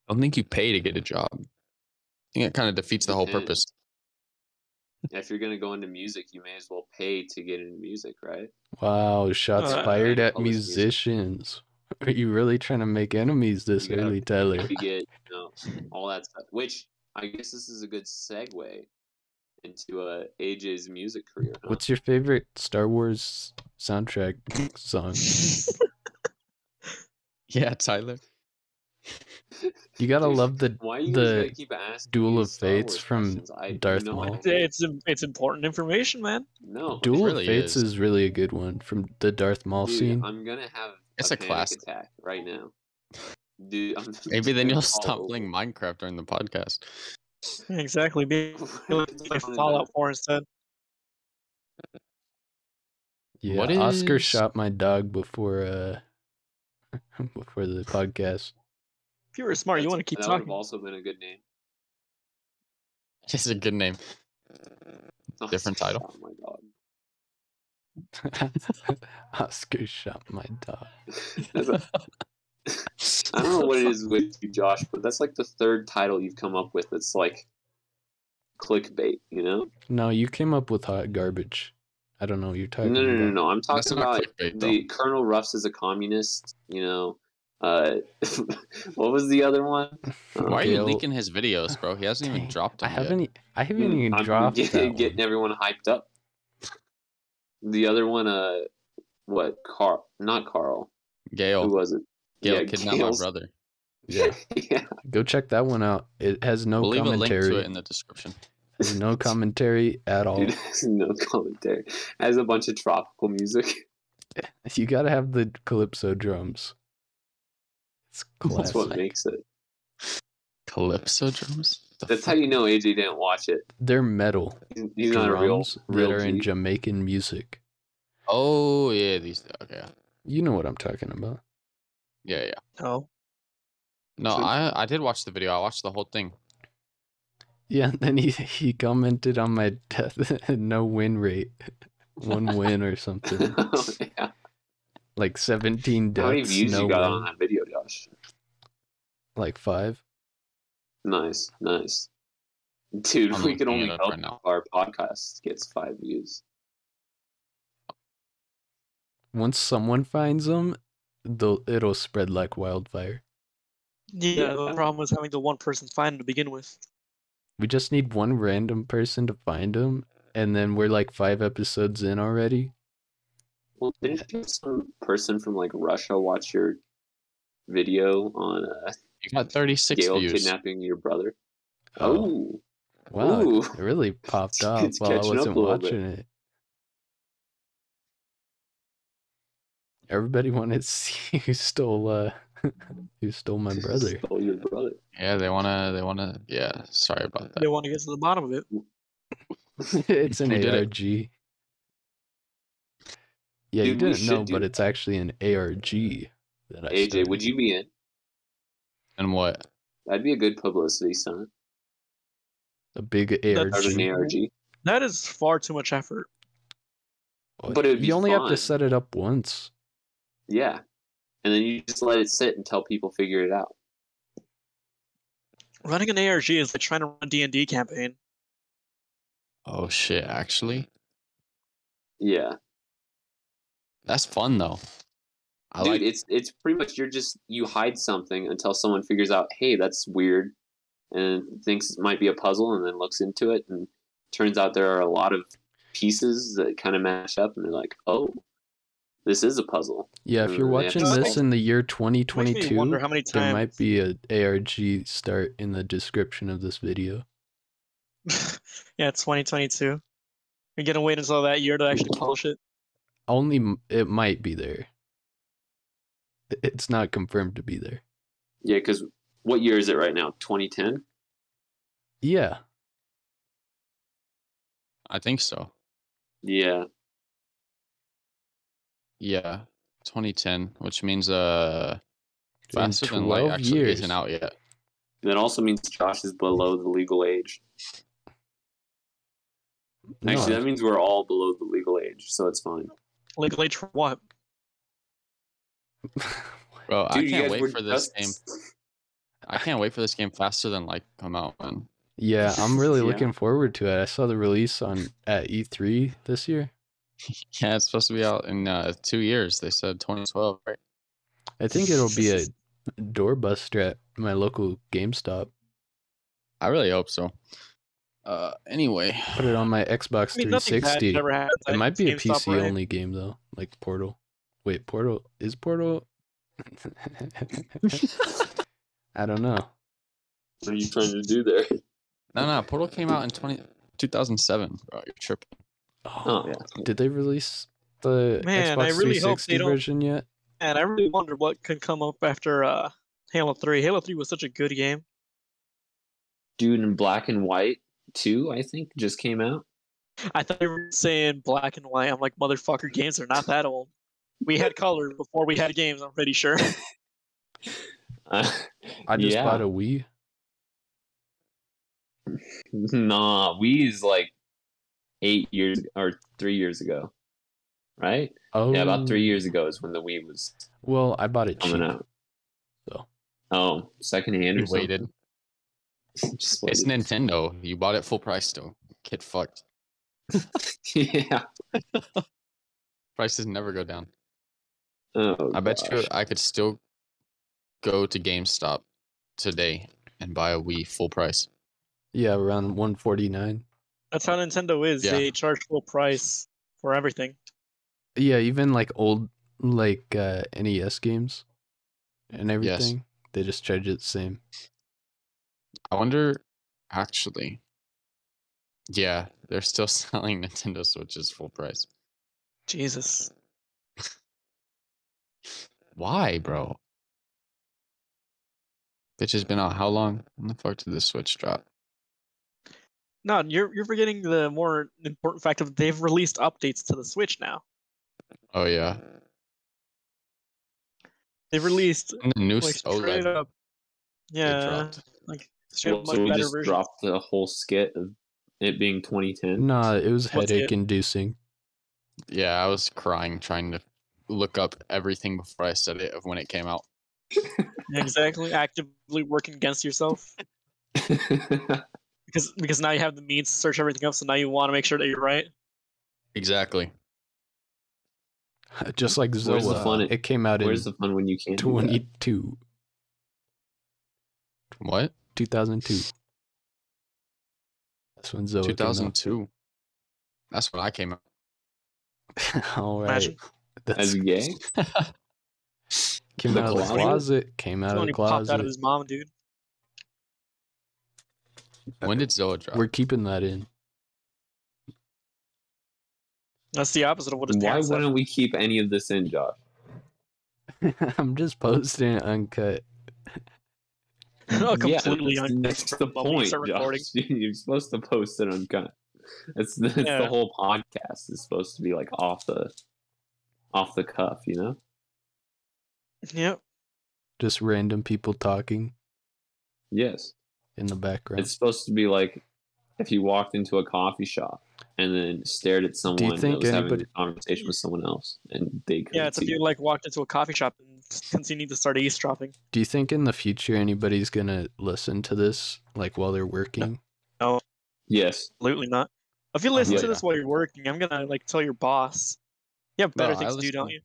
[SPEAKER 3] I don't think you pay to get a job. I think it kind of defeats the whole
[SPEAKER 2] Depends.
[SPEAKER 3] purpose. <laughs>
[SPEAKER 2] If you're gonna go into music, you may as well pay to get into music, right?
[SPEAKER 1] Wow, shots
[SPEAKER 4] Uh,
[SPEAKER 1] fired at
[SPEAKER 2] public music.
[SPEAKER 1] musicians. Are you really trying to make enemies this
[SPEAKER 2] You gotta-
[SPEAKER 1] early, Tyler?
[SPEAKER 2] You get you know, all that stuff. Which I guess this is a good segue into uh, AJ's music career. huh?
[SPEAKER 1] What's your favorite Star Wars soundtrack
[SPEAKER 4] <laughs>
[SPEAKER 1] song?
[SPEAKER 3] Yeah, Tyler.
[SPEAKER 1] You gotta
[SPEAKER 2] Dude,
[SPEAKER 1] love the
[SPEAKER 2] Why you guys
[SPEAKER 1] the
[SPEAKER 2] gotta keep asking
[SPEAKER 1] Duel
[SPEAKER 2] me
[SPEAKER 1] of
[SPEAKER 2] Star
[SPEAKER 1] Fates
[SPEAKER 2] Wars
[SPEAKER 1] from
[SPEAKER 2] questions? I-
[SPEAKER 1] Darth
[SPEAKER 2] no, I
[SPEAKER 1] Maul.
[SPEAKER 2] don't-
[SPEAKER 4] it's it's important information, man.
[SPEAKER 2] No,
[SPEAKER 1] Duel
[SPEAKER 3] Oh, really
[SPEAKER 1] of Fates
[SPEAKER 3] is.
[SPEAKER 1] is. really a good one from the Darth Maul
[SPEAKER 2] dude,
[SPEAKER 1] scene.
[SPEAKER 2] I'm gonna have
[SPEAKER 3] It's
[SPEAKER 2] a,
[SPEAKER 3] a
[SPEAKER 2] panic
[SPEAKER 3] classic.
[SPEAKER 2] attack right now. Dude, I'm <laughs>
[SPEAKER 3] Maybe then
[SPEAKER 2] gonna
[SPEAKER 3] you'll
[SPEAKER 2] fall
[SPEAKER 3] stop
[SPEAKER 2] over.
[SPEAKER 3] playing Minecraft during the podcast. <laughs>
[SPEAKER 4] Exactly. Be
[SPEAKER 2] What
[SPEAKER 4] like
[SPEAKER 2] is going on?
[SPEAKER 4] Fallout 4 instead.
[SPEAKER 1] yeah,
[SPEAKER 3] what
[SPEAKER 1] Oscar
[SPEAKER 3] is-
[SPEAKER 1] shot my dog before uh <laughs> before the podcast. <laughs>
[SPEAKER 4] If you were smart, you
[SPEAKER 2] That's-
[SPEAKER 4] want to keep
[SPEAKER 2] that would have
[SPEAKER 4] talking.
[SPEAKER 2] also been a good name. <laughs>
[SPEAKER 3] It's a good name. Different title.
[SPEAKER 2] Oh my god.
[SPEAKER 1] Oscar shot my dog.
[SPEAKER 2] That's a- I don't know what it is with you, Josh, but that's like the third title you've come up with. It's like clickbait, you know?
[SPEAKER 1] No, you came up with hot garbage. I don't know what you're
[SPEAKER 2] No,
[SPEAKER 1] talking
[SPEAKER 2] no, no,
[SPEAKER 1] about.
[SPEAKER 2] no. I'm
[SPEAKER 3] That's
[SPEAKER 2] talking
[SPEAKER 3] not
[SPEAKER 2] about
[SPEAKER 3] clickbait, though.
[SPEAKER 2] the Colonel Ruffs is a communist. You know, uh, <laughs> what was the other one?
[SPEAKER 1] <laughs>
[SPEAKER 2] Um,
[SPEAKER 3] Why are you
[SPEAKER 1] Gail-
[SPEAKER 3] leaking his videos, bro? He hasn't
[SPEAKER 1] Dang,
[SPEAKER 3] even dropped
[SPEAKER 1] I
[SPEAKER 3] them. yet.
[SPEAKER 1] haven't. e- I haven't even
[SPEAKER 2] Hmm, I'm <laughs>
[SPEAKER 1] dropped
[SPEAKER 2] get-
[SPEAKER 1] that
[SPEAKER 2] getting
[SPEAKER 1] one.
[SPEAKER 2] everyone hyped up. The other one, uh, what? Carl? Not Carl.
[SPEAKER 1] e-
[SPEAKER 2] Who
[SPEAKER 3] Gail.
[SPEAKER 2] was it?
[SPEAKER 3] Gail
[SPEAKER 2] uh, yeah,
[SPEAKER 3] kidnapped
[SPEAKER 2] Gail's- <laughs>
[SPEAKER 3] my brother.
[SPEAKER 1] Yeah,
[SPEAKER 2] yeah,
[SPEAKER 1] go check that one out. It has no
[SPEAKER 3] We'll leave a link
[SPEAKER 1] commentary.
[SPEAKER 3] to it in the description.
[SPEAKER 1] Has
[SPEAKER 2] <laughs>
[SPEAKER 1] no commentary at all.
[SPEAKER 2] dude, there's <laughs> no commentary. Has a bunch of tropical music.
[SPEAKER 1] <laughs>
[SPEAKER 2] <laughs>
[SPEAKER 1] You gotta have the calypso drums. It's
[SPEAKER 2] That's what
[SPEAKER 1] classic.
[SPEAKER 2] makes it.
[SPEAKER 3] Calypso drums? The
[SPEAKER 2] That's how
[SPEAKER 3] fuck?
[SPEAKER 2] you know AJ didn't watch it.
[SPEAKER 1] They're metal
[SPEAKER 2] He's, he's not a real,
[SPEAKER 1] drums
[SPEAKER 2] real
[SPEAKER 1] that are in
[SPEAKER 2] G.
[SPEAKER 1] Jamaican music.
[SPEAKER 3] Oh, yeah. These. Okay.
[SPEAKER 1] You know what I'm talking about.
[SPEAKER 3] Yeah, yeah.
[SPEAKER 4] No.
[SPEAKER 3] No,
[SPEAKER 2] So-
[SPEAKER 3] I, I did watch the video. I watched the whole thing.
[SPEAKER 1] Yeah, and then he he commented on my death <laughs> no win rate, one win or
[SPEAKER 2] <laughs>
[SPEAKER 1] something.
[SPEAKER 2] Oh, yeah.
[SPEAKER 1] Like 17 deaths.
[SPEAKER 2] How many views
[SPEAKER 1] no
[SPEAKER 2] you got
[SPEAKER 1] win.
[SPEAKER 2] on that video, Josh?
[SPEAKER 1] Like five.
[SPEAKER 2] Nice, nice. Dude,
[SPEAKER 3] I'm
[SPEAKER 2] we can
[SPEAKER 3] looking
[SPEAKER 2] only
[SPEAKER 3] it up
[SPEAKER 2] help
[SPEAKER 3] right now.
[SPEAKER 2] if our podcast gets five views.
[SPEAKER 1] Once someone finds them, they'll, it'll spread like wildfire.
[SPEAKER 4] Yeah, the problem was having the one person find to begin with.
[SPEAKER 1] We just need one random person to find them, and then we're like five episodes in already.
[SPEAKER 2] Well, didn't you have some person from like Russia watch your video on uh,
[SPEAKER 3] You got 36
[SPEAKER 2] Gail
[SPEAKER 3] views.
[SPEAKER 2] kidnapping your brother?
[SPEAKER 1] Oh,
[SPEAKER 2] Oh,
[SPEAKER 1] wow!
[SPEAKER 2] ooh.
[SPEAKER 1] It really
[SPEAKER 2] <laughs>
[SPEAKER 1] popped up
[SPEAKER 2] It's
[SPEAKER 1] while I
[SPEAKER 2] catching up
[SPEAKER 1] wasn't
[SPEAKER 2] a little bit.
[SPEAKER 1] watching it. Everybody wanted to see <laughs> who stole uh, who stole
[SPEAKER 2] <laughs>
[SPEAKER 1] my brother.
[SPEAKER 2] stole your brother.
[SPEAKER 3] Yeah, they wanna. They wanna. Yeah. Sorry about that.
[SPEAKER 4] They want to get to the bottom of it.
[SPEAKER 1] it's an
[SPEAKER 3] Who did it?
[SPEAKER 1] ARG. Yeah, you
[SPEAKER 2] Dude, we
[SPEAKER 1] didn't know,
[SPEAKER 2] should
[SPEAKER 1] but
[SPEAKER 2] do-
[SPEAKER 1] it's actually an ARG that I
[SPEAKER 2] AJ,
[SPEAKER 1] started.
[SPEAKER 2] would you be in?
[SPEAKER 3] And what?
[SPEAKER 2] That'd be a good publicity stunt.
[SPEAKER 1] a big
[SPEAKER 4] That's-
[SPEAKER 1] ARG.
[SPEAKER 2] Start an ARG.
[SPEAKER 4] That is far too much effort.
[SPEAKER 1] Well,
[SPEAKER 2] But it'd be
[SPEAKER 1] you only have
[SPEAKER 2] fun.
[SPEAKER 1] to set it up once.
[SPEAKER 2] Yeah. And then you just let it sit until people figure it out.
[SPEAKER 4] Running an ARG is like trying to run a D&D campaign.
[SPEAKER 3] Oh shit! Actually,
[SPEAKER 2] Yeah.
[SPEAKER 3] That's fun though. I
[SPEAKER 2] Dude,
[SPEAKER 3] like
[SPEAKER 2] it's it's pretty much you're just you hide something until someone figures out, hey, that's weird, and thinks it might be a puzzle, and then looks into it, and turns out there are a lot of pieces that kind of match up, and they're like, oh, this is a puzzle.
[SPEAKER 1] Yeah, if you're
[SPEAKER 2] Mm, yeah.
[SPEAKER 1] watching
[SPEAKER 4] Oh.
[SPEAKER 1] this in the year
[SPEAKER 4] Makes me
[SPEAKER 1] 2022,
[SPEAKER 4] wonder how many
[SPEAKER 1] there
[SPEAKER 4] times
[SPEAKER 1] might be a ARG start in the description of this video.
[SPEAKER 4] <laughs> yeah, 2022. We're gonna wait until that year to actually publish it.
[SPEAKER 1] Only m- it might be there. It- It's not confirmed to be there.
[SPEAKER 2] Yeah, because what year is it right now? 2010.
[SPEAKER 1] Yeah,
[SPEAKER 3] I think so.
[SPEAKER 2] Yeah,
[SPEAKER 3] Yeah. 2010, which means uh
[SPEAKER 1] in
[SPEAKER 3] faster than light
[SPEAKER 1] 12
[SPEAKER 3] actually
[SPEAKER 1] years.
[SPEAKER 3] isn't out yet.
[SPEAKER 2] that also means Josh is below the legal age.
[SPEAKER 1] No,
[SPEAKER 2] Actually, that means we're all below the legal age, so it's fine.
[SPEAKER 4] Legal age for what?
[SPEAKER 3] Bro,
[SPEAKER 2] Dude,
[SPEAKER 3] I
[SPEAKER 2] you
[SPEAKER 3] can't
[SPEAKER 2] guys
[SPEAKER 3] wait
[SPEAKER 2] were
[SPEAKER 3] for this
[SPEAKER 2] just-
[SPEAKER 3] game. I can't wait for this game faster than light to come out, man.
[SPEAKER 1] <laughs>
[SPEAKER 3] <laughs>
[SPEAKER 4] <laughs>
[SPEAKER 1] yeah, I'm really
[SPEAKER 2] Yeah.
[SPEAKER 1] looking forward to it. I saw the release on at E3 this year.
[SPEAKER 3] Yeah, it's supposed to be out in uh, two years. They said 2012, right?
[SPEAKER 1] I think it'll be a doorbuster at my local GameStop.
[SPEAKER 3] I really hope so. Uh, anyway,
[SPEAKER 1] Put it on my Xbox
[SPEAKER 4] I mean, nothing bad
[SPEAKER 1] 360.
[SPEAKER 4] never happens.
[SPEAKER 1] It
[SPEAKER 4] I
[SPEAKER 1] might
[SPEAKER 4] think
[SPEAKER 1] be a
[SPEAKER 4] GameStop
[SPEAKER 1] PC
[SPEAKER 4] ran it.
[SPEAKER 1] only game though, like Portal. Wait, Portal is
[SPEAKER 4] <laughs>
[SPEAKER 1] Portal. <laughs> I don't know.
[SPEAKER 2] What are you trying to do there? <laughs>
[SPEAKER 3] no, no, Portal came out in 20, 2007. Bro, you're tripping.
[SPEAKER 2] Oh,
[SPEAKER 1] Did they release the
[SPEAKER 4] Man,
[SPEAKER 1] Xbox
[SPEAKER 4] I really hope
[SPEAKER 1] 360
[SPEAKER 4] they don't-
[SPEAKER 1] version yet?
[SPEAKER 4] And I really wonder what could come up after uh, Halo 3. Halo 3 was such a good game.
[SPEAKER 2] Dude in Black and White Two, I think, just came out. <laughs>
[SPEAKER 4] I thought you were saying black and white. I'm like, motherfucker, games are not that old. We had color before we had games, I'm pretty sure. <laughs>
[SPEAKER 2] Uh,
[SPEAKER 1] I just
[SPEAKER 2] yeah.
[SPEAKER 1] bought a Wii.
[SPEAKER 2] Nah, we is like eight years or three years ago, right?
[SPEAKER 1] Oh,
[SPEAKER 2] Yeah, about three years ago is when the Wii was
[SPEAKER 1] Well, I bought it cheap.
[SPEAKER 2] coming out.
[SPEAKER 1] So.
[SPEAKER 2] Oh, secondhand or
[SPEAKER 3] You
[SPEAKER 2] something?
[SPEAKER 3] waited.
[SPEAKER 2] <laughs> Just
[SPEAKER 3] It's
[SPEAKER 2] waited.
[SPEAKER 3] Nintendo. You bought it full price, though. Kid fucked.
[SPEAKER 2] <laughs> yeah.
[SPEAKER 3] Prices never go down.
[SPEAKER 2] Oh,
[SPEAKER 3] I bet you
[SPEAKER 2] gosh.
[SPEAKER 3] I could still go to GameStop today and buy a Wii full price.
[SPEAKER 1] Yeah, around 149.
[SPEAKER 4] That's how Nintendo is.
[SPEAKER 3] Yeah.
[SPEAKER 4] They charge full price for everything.
[SPEAKER 1] Yeah, even like old like uh, NES games and
[SPEAKER 3] Yes.
[SPEAKER 1] everything. They just charge it the same.
[SPEAKER 3] I wonder, actually. Yeah, they're still <laughs> selling Nintendo Switches full price.
[SPEAKER 4] Jesus.
[SPEAKER 3] Why, bro? Bitch has been out how long? When the fuck did the Switch drop?
[SPEAKER 4] No, you're you're forgetting the more important fact of they've released updates to the Switch now.
[SPEAKER 3] Oh yeah,
[SPEAKER 4] They've released
[SPEAKER 3] and the new
[SPEAKER 4] like
[SPEAKER 3] s-
[SPEAKER 1] oh,
[SPEAKER 3] OLED
[SPEAKER 4] straight up,
[SPEAKER 3] they
[SPEAKER 4] yeah,
[SPEAKER 3] dropped.
[SPEAKER 4] like straight
[SPEAKER 2] So,
[SPEAKER 4] up
[SPEAKER 2] so
[SPEAKER 4] much
[SPEAKER 2] we
[SPEAKER 4] better
[SPEAKER 2] just
[SPEAKER 4] version.
[SPEAKER 2] dropped the whole skit of it being 2010.
[SPEAKER 1] Nah, it was
[SPEAKER 4] What's it?
[SPEAKER 1] headache inducing. <laughs>
[SPEAKER 3] Yeah, I was crying trying to look up everything before I said it of when it came out.
[SPEAKER 4] Exactly, actively working
[SPEAKER 1] <laughs>
[SPEAKER 4] against yourself because because now you have the means to search everything up, so now you want to make sure that you're right.
[SPEAKER 3] Exactly.
[SPEAKER 1] Just like Zoa.
[SPEAKER 2] Where's the fun in-
[SPEAKER 1] It came out in
[SPEAKER 2] <laughs> Where's the fun when you can't? do that?
[SPEAKER 1] 22,
[SPEAKER 3] What?
[SPEAKER 1] 2002. That's when Zoa.
[SPEAKER 3] Two
[SPEAKER 1] 2000.
[SPEAKER 3] thousand two. That's when I came out.
[SPEAKER 1] <laughs> All right.
[SPEAKER 4] Imagine.
[SPEAKER 1] That's
[SPEAKER 2] As gay?
[SPEAKER 1] came
[SPEAKER 2] the
[SPEAKER 1] out of the
[SPEAKER 2] closet.
[SPEAKER 1] closet. Came out of
[SPEAKER 4] when
[SPEAKER 1] the
[SPEAKER 4] he popped
[SPEAKER 1] closet.
[SPEAKER 4] out of his mom, dude.
[SPEAKER 3] When did Zoa drop?
[SPEAKER 1] We're keeping that in.
[SPEAKER 4] That's the opposite of what his
[SPEAKER 2] Why
[SPEAKER 4] <laughs> parents said.
[SPEAKER 2] wouldn't we keep any of this in, Josh?
[SPEAKER 1] I'm just posting it uncut.
[SPEAKER 4] <laughs> Oh, completely
[SPEAKER 2] yeah, that's-
[SPEAKER 4] un-
[SPEAKER 2] That's the
[SPEAKER 4] when we
[SPEAKER 2] point.
[SPEAKER 4] start recording.
[SPEAKER 2] Josh. <laughs> You're supposed to post it uncut. That's, that's the
[SPEAKER 4] Yeah.
[SPEAKER 2] whole podcast is supposed to be like off the off the cuff, you know?
[SPEAKER 4] Yep.
[SPEAKER 1] Just random people talking
[SPEAKER 2] Yes.
[SPEAKER 1] in the background.
[SPEAKER 2] It's supposed to be like if you walked into a coffee shop and then stared at someone
[SPEAKER 1] think
[SPEAKER 2] that was having
[SPEAKER 1] anybody-
[SPEAKER 2] a conversation with someone else and they could
[SPEAKER 4] Yeah, it's if you like walked into a coffee shop and continued to start eavesdropping.
[SPEAKER 1] Do you think in the future anybody's gonna listen to this like while they're working?
[SPEAKER 2] Yes.
[SPEAKER 4] Absolutely not. If you listen
[SPEAKER 2] yeah.
[SPEAKER 4] to this while you're working, I'm gonna like tell your boss. You have better
[SPEAKER 3] Bro, I
[SPEAKER 4] things to do,
[SPEAKER 3] listen-
[SPEAKER 4] don't you?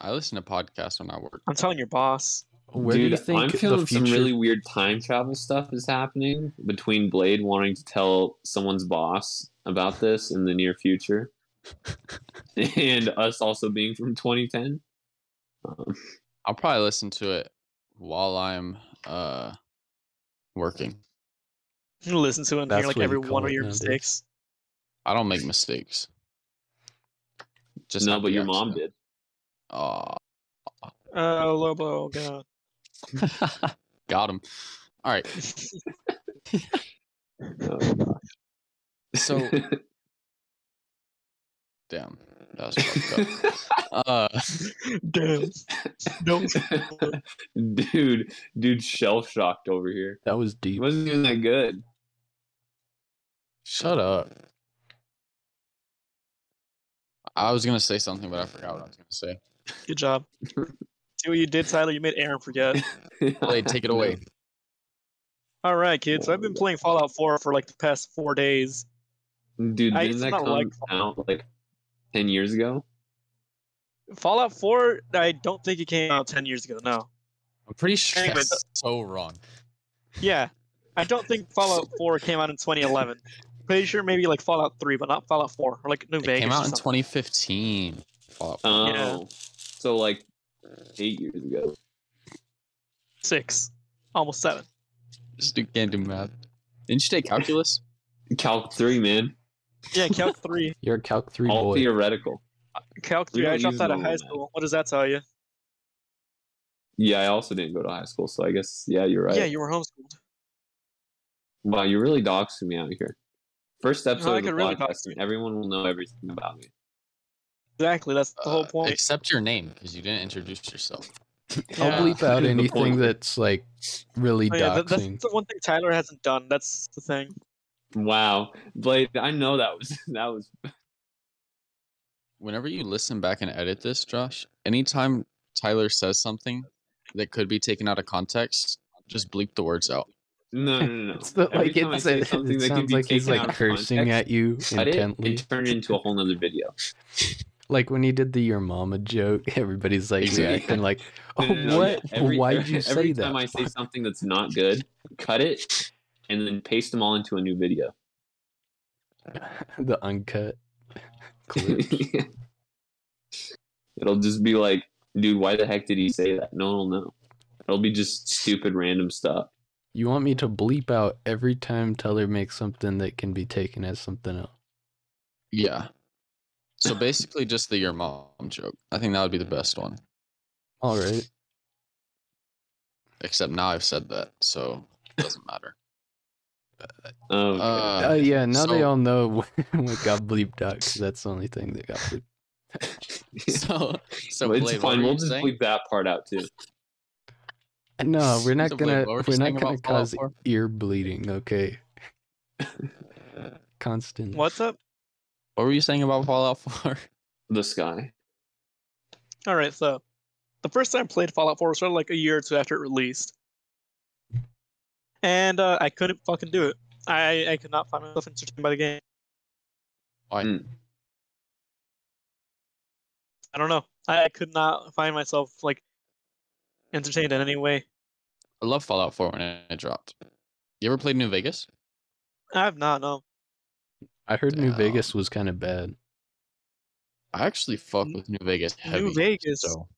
[SPEAKER 3] I listen to podcasts when I work.
[SPEAKER 4] I'm telling your boss.
[SPEAKER 1] Where
[SPEAKER 2] Dude,
[SPEAKER 1] do you think
[SPEAKER 2] I'm
[SPEAKER 1] the
[SPEAKER 2] feeling some
[SPEAKER 1] future-
[SPEAKER 2] really weird time travel stuff is happening between Blade wanting to tell someone's boss about this in the near
[SPEAKER 1] <laughs>
[SPEAKER 2] future, and us also being from 2010. Um,
[SPEAKER 3] I'll probably listen to it while I'm uh working.
[SPEAKER 4] You listen to it and hear
[SPEAKER 1] That's
[SPEAKER 4] like
[SPEAKER 1] what you
[SPEAKER 4] every
[SPEAKER 1] call
[SPEAKER 4] one of
[SPEAKER 1] it
[SPEAKER 4] your
[SPEAKER 1] nowadays.
[SPEAKER 4] mistakes.
[SPEAKER 3] I don't make mistakes. Just
[SPEAKER 2] no,
[SPEAKER 3] have
[SPEAKER 2] but
[SPEAKER 3] the
[SPEAKER 2] your mom
[SPEAKER 3] accident.
[SPEAKER 2] did.
[SPEAKER 3] Aw.
[SPEAKER 4] Oh, Lobo, God. <laughs>
[SPEAKER 3] Got him. All right. So damn. That was fucked
[SPEAKER 2] <laughs>
[SPEAKER 3] up. Uh
[SPEAKER 4] Damn. No.
[SPEAKER 2] <laughs> dude, dude, shell shocked over here.
[SPEAKER 1] That was
[SPEAKER 2] It
[SPEAKER 1] deep.
[SPEAKER 2] wasn't even that good.
[SPEAKER 3] shut up. I was gonna say something, but I forgot what I was gonna say.
[SPEAKER 4] Good job. See what you did, Tyler? You made Aaron forget.
[SPEAKER 3] Blade, take it away.
[SPEAKER 4] All right, kids. So I've been playing Fallout 4 for like the past four days.
[SPEAKER 2] <laughs> Dude,
[SPEAKER 4] I-
[SPEAKER 2] didn't
[SPEAKER 4] it's
[SPEAKER 2] that
[SPEAKER 4] not
[SPEAKER 2] come
[SPEAKER 4] like-
[SPEAKER 2] out like 10 years ago?
[SPEAKER 4] Fallout 4, I don't think it came out 10 years ago. No.
[SPEAKER 3] I'm pretty sure
[SPEAKER 4] Anyway,
[SPEAKER 3] that's so wrong.
[SPEAKER 4] Yeah. I don't think Fallout 4 came out in 2011. Pretty sure maybe like Fallout 3, but not Fallout 4 or like New
[SPEAKER 3] It
[SPEAKER 4] Vegas.
[SPEAKER 3] came
[SPEAKER 4] or
[SPEAKER 3] out in
[SPEAKER 4] something.
[SPEAKER 3] 2015. Fallout
[SPEAKER 2] Oh,
[SPEAKER 4] Yeah.
[SPEAKER 2] so like eight years ago.
[SPEAKER 4] six, almost seven.
[SPEAKER 3] This dude can't do math. Didn't you take
[SPEAKER 2] <laughs>
[SPEAKER 3] calculus?
[SPEAKER 2] Calc 3, man.
[SPEAKER 3] <laughs>
[SPEAKER 4] Yeah, Calc three.
[SPEAKER 1] You're a Calc 3
[SPEAKER 2] All
[SPEAKER 1] boy.
[SPEAKER 2] theoretical.
[SPEAKER 4] Calc
[SPEAKER 2] We
[SPEAKER 4] three. I
[SPEAKER 2] don't
[SPEAKER 4] dropped
[SPEAKER 2] use
[SPEAKER 4] out of
[SPEAKER 2] normal
[SPEAKER 4] high
[SPEAKER 2] math.
[SPEAKER 4] school. What does that tell you?
[SPEAKER 2] Yeah, I also didn't go to high school, so I guess, yeah, you're right.
[SPEAKER 4] Yeah, you were homeschooled.
[SPEAKER 2] wow, you're really doxing me out here. First episode
[SPEAKER 4] I
[SPEAKER 2] of the
[SPEAKER 4] could really
[SPEAKER 2] podcast,
[SPEAKER 4] dox you.
[SPEAKER 2] and everyone will know everything about me.
[SPEAKER 4] Exactly. That's the whole
[SPEAKER 3] Uh,
[SPEAKER 4] point.
[SPEAKER 3] Except your name, because you didn't introduce yourself.
[SPEAKER 1] I'll
[SPEAKER 4] Yeah.
[SPEAKER 1] bleep out
[SPEAKER 2] The
[SPEAKER 1] anything
[SPEAKER 2] point.
[SPEAKER 1] that's like really
[SPEAKER 4] Oh, yeah, that- that's <laughs>
[SPEAKER 1] doxing.
[SPEAKER 4] the one thing Tyler hasn't done. That's the thing.
[SPEAKER 2] Wow, Blade, I know that was <laughs> that was
[SPEAKER 3] Whenever you listen back and edit this, Josh, anytime Tyler says something that could be taken out of context, just bleep the words out.
[SPEAKER 2] no
[SPEAKER 1] <laughs>
[SPEAKER 2] no no. no.
[SPEAKER 1] It's the,
[SPEAKER 2] Every
[SPEAKER 1] like
[SPEAKER 2] time I
[SPEAKER 1] it's
[SPEAKER 2] say
[SPEAKER 1] a, it
[SPEAKER 2] something that can
[SPEAKER 1] sounds
[SPEAKER 2] be
[SPEAKER 1] like he's
[SPEAKER 2] taken
[SPEAKER 1] like
[SPEAKER 2] out of
[SPEAKER 1] cursing
[SPEAKER 2] context,
[SPEAKER 1] at you
[SPEAKER 2] cut it and
[SPEAKER 1] intently.
[SPEAKER 2] turn it into a whole nother video.
[SPEAKER 1] Like when he did the your mama joke, <laughs> everybody's like
[SPEAKER 2] Exactly.
[SPEAKER 1] reacting like, "Oh,
[SPEAKER 2] No, no, no,
[SPEAKER 1] what? <laughs>
[SPEAKER 2] yeah, every-
[SPEAKER 1] Why'd you say
[SPEAKER 2] <laughs> every
[SPEAKER 1] that?"
[SPEAKER 2] time
[SPEAKER 1] <laughs>
[SPEAKER 2] I say something that's not good, cut it and then paste them all into a new video.
[SPEAKER 1] <laughs> the uncut
[SPEAKER 2] <laughs>
[SPEAKER 1] clip.
[SPEAKER 2] It'll just be like, dude, why the heck did he say that? No one will know. It'll be just stupid random stuff.
[SPEAKER 1] you want me to bleep out every time Teller makes something that can be taken as something else?
[SPEAKER 3] Yeah.
[SPEAKER 2] <laughs>
[SPEAKER 3] So basically, just the your mom joke. I think that would be the best one.
[SPEAKER 1] All right.
[SPEAKER 3] Except now I've said that, so it doesn't matter. <laughs>
[SPEAKER 2] Oh,
[SPEAKER 3] Uh,
[SPEAKER 1] Uh, yeah, now they
[SPEAKER 3] so-
[SPEAKER 1] all know <laughs> what got bleeped out because that's the only thing that got bleeped.
[SPEAKER 3] So, <laughs>
[SPEAKER 2] <laughs>
[SPEAKER 3] so
[SPEAKER 2] it's
[SPEAKER 3] Blade, what
[SPEAKER 2] fine.
[SPEAKER 3] were
[SPEAKER 2] We'll
[SPEAKER 3] you
[SPEAKER 2] just
[SPEAKER 3] saying?
[SPEAKER 2] bleep that part out too.
[SPEAKER 1] <laughs> No, we're not
[SPEAKER 3] So,
[SPEAKER 1] gonna
[SPEAKER 3] Blake, what were you
[SPEAKER 1] we're
[SPEAKER 3] saying
[SPEAKER 1] not gonna
[SPEAKER 3] about Fallout
[SPEAKER 1] cause
[SPEAKER 3] 4?
[SPEAKER 1] ear bleeding, okay?
[SPEAKER 3] Mm.
[SPEAKER 1] Constant.
[SPEAKER 4] What's up?
[SPEAKER 3] What were you saying about Fallout <laughs> 4?
[SPEAKER 2] The sky.
[SPEAKER 4] All right. So, the first time I played Fallout 4 was sort of like a year or two after it released, and uh, I couldn't fucking do it. I I could not find myself entertained by the game.
[SPEAKER 3] Why?
[SPEAKER 2] Mm.
[SPEAKER 4] I don't know. I, I could not find myself like entertained in any way.
[SPEAKER 3] I love Fallout 4 when it it dropped. You ever played New Vegas?
[SPEAKER 4] I have not no. <laughs>
[SPEAKER 1] I heard New
[SPEAKER 3] Damn.
[SPEAKER 1] Vegas was kind of bad.
[SPEAKER 3] I actually fuck
[SPEAKER 4] N-
[SPEAKER 3] with New Vegas heavy.
[SPEAKER 4] New Vegas
[SPEAKER 3] So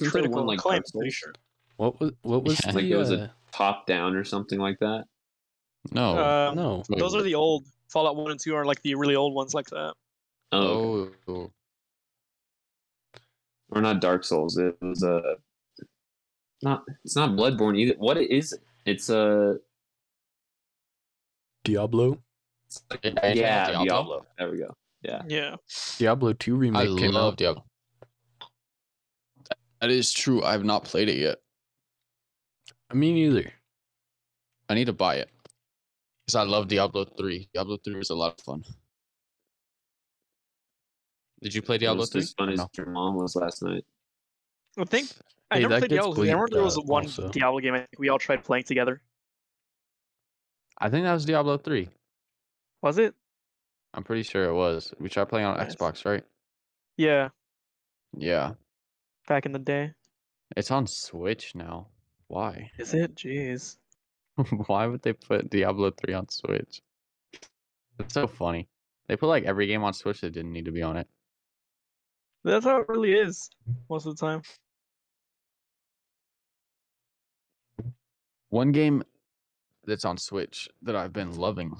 [SPEAKER 2] Wasn't there one
[SPEAKER 4] critical
[SPEAKER 2] like
[SPEAKER 4] acclaim.
[SPEAKER 2] Dark
[SPEAKER 4] I'm pretty
[SPEAKER 2] Souls?
[SPEAKER 4] sure.
[SPEAKER 1] What was what was
[SPEAKER 3] Yeah,
[SPEAKER 1] the
[SPEAKER 2] like it was a-
[SPEAKER 1] uh,
[SPEAKER 2] Top down or something like that. Oh.
[SPEAKER 3] no.
[SPEAKER 4] Um,
[SPEAKER 1] no?
[SPEAKER 3] wait,
[SPEAKER 4] Those are the old Fallout One and Two are like the really old ones like uh, that.
[SPEAKER 2] Oh, okay.
[SPEAKER 3] Oh,
[SPEAKER 2] or not Dark Souls. It was a. Uh, not it's not Bloodborne either. What it is? It's a. Uh,
[SPEAKER 1] Diablo.
[SPEAKER 3] Yeah,
[SPEAKER 2] yeah,
[SPEAKER 3] Diablo.
[SPEAKER 2] Diablo. There we go.
[SPEAKER 4] Yeah.
[SPEAKER 1] Diablo two
[SPEAKER 3] I
[SPEAKER 1] remake came
[SPEAKER 3] love
[SPEAKER 1] out.
[SPEAKER 3] Diablo. That is true. I've not played it yet.
[SPEAKER 1] Me neither.
[SPEAKER 3] I need to buy it because I love Diablo three. Diablo three is a lot of fun. Did you play
[SPEAKER 2] It
[SPEAKER 3] Diablo
[SPEAKER 2] was
[SPEAKER 3] three?
[SPEAKER 2] as fun as
[SPEAKER 3] No.
[SPEAKER 2] your mom was last night.
[SPEAKER 4] I think I
[SPEAKER 1] Hey,
[SPEAKER 4] never
[SPEAKER 1] that
[SPEAKER 4] played
[SPEAKER 1] gets
[SPEAKER 4] Diablo. I remember
[SPEAKER 1] bleeped
[SPEAKER 4] there was
[SPEAKER 1] out
[SPEAKER 4] one
[SPEAKER 1] also.
[SPEAKER 4] Diablo game I think we all tried playing together.
[SPEAKER 3] I think that was Diablo three.
[SPEAKER 4] Was it?
[SPEAKER 3] I'm pretty sure it was. We tried playing on
[SPEAKER 4] Nice.
[SPEAKER 3] Xbox, right?
[SPEAKER 4] Yeah.
[SPEAKER 3] Yeah.
[SPEAKER 4] back in the day.
[SPEAKER 3] It's on Switch now. Why?
[SPEAKER 4] Is it? Jeez.
[SPEAKER 3] <laughs> Why would they put Diablo 3 on Switch? It's so funny. They put like every game on Switch that didn't need to be on it.
[SPEAKER 4] That's how it really is most of the time.
[SPEAKER 3] One game that's on Switch that I've been loving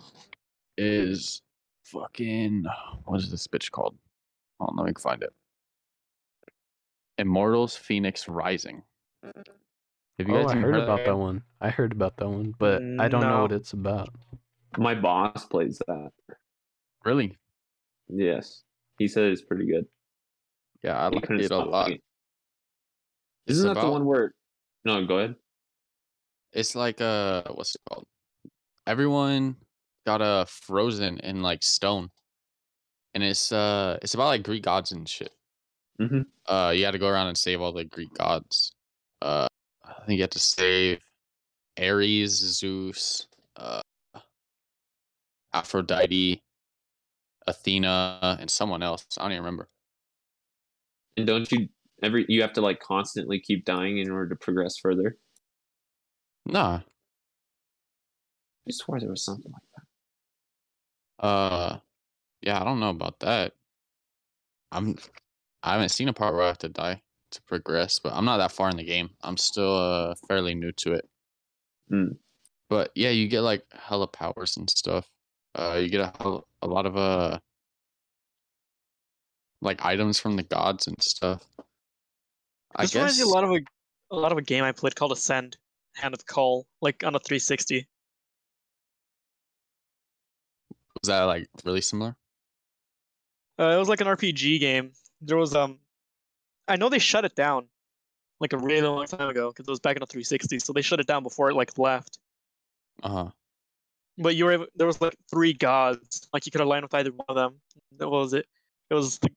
[SPEAKER 3] is fucking what is this bitch called? Hold on, let me find it. Immortals Phoenix Rising. Have you
[SPEAKER 1] oh,
[SPEAKER 3] guys
[SPEAKER 1] I
[SPEAKER 3] even
[SPEAKER 1] heard
[SPEAKER 3] heard of
[SPEAKER 1] about
[SPEAKER 3] that?
[SPEAKER 1] that one. I heard about that one, but I don't know
[SPEAKER 4] No.
[SPEAKER 1] what it's about.
[SPEAKER 2] My boss plays that.
[SPEAKER 3] Really?
[SPEAKER 2] Yes, he said it's pretty good.
[SPEAKER 3] Yeah, I
[SPEAKER 2] He
[SPEAKER 3] like
[SPEAKER 2] couldn't
[SPEAKER 3] it a
[SPEAKER 2] stop
[SPEAKER 3] lot.
[SPEAKER 2] playing. Isn't that the
[SPEAKER 3] about-
[SPEAKER 2] one where? No, go ahead.
[SPEAKER 3] It's like uh what's it called? Everyone got uh frozen in like stone. And it's uh it's about like Greek gods and shit.
[SPEAKER 2] Mhm.
[SPEAKER 3] Uh you had to go around and save all the Greek gods. Uh I think you had to save Ares, Zeus, uh Aphrodite, Athena, and someone else. I don't even remember.
[SPEAKER 2] And don't you every you have to like constantly keep dying in order to progress further?
[SPEAKER 3] Nah.
[SPEAKER 2] I swore there was something like
[SPEAKER 3] Uh yeah, I don't know about that. I'm I haven't seen a part where I have to die to progress, but I'm not that far in the game. I'm still uh fairly new to it.
[SPEAKER 4] Hmm.
[SPEAKER 2] Mm.
[SPEAKER 3] But yeah, you get like hella powers and stuff. Uh you get a hell- a lot of uh like items from the gods and stuff.
[SPEAKER 4] This
[SPEAKER 3] I
[SPEAKER 4] reminds
[SPEAKER 3] guess
[SPEAKER 4] me a lot of a, a lot of a game I played called Ascend, Hand of Call, like on a 360.
[SPEAKER 3] was that like really similar?
[SPEAKER 4] Uh, it was like an RPG game. There was um, I know they shut it down, like a really long time ago, because it was back in a 360. So they shut it down before it like left.
[SPEAKER 3] Uh-huh.
[SPEAKER 4] But you were able, there was like three gods. Like you could align with either one of them. What was it? It was the,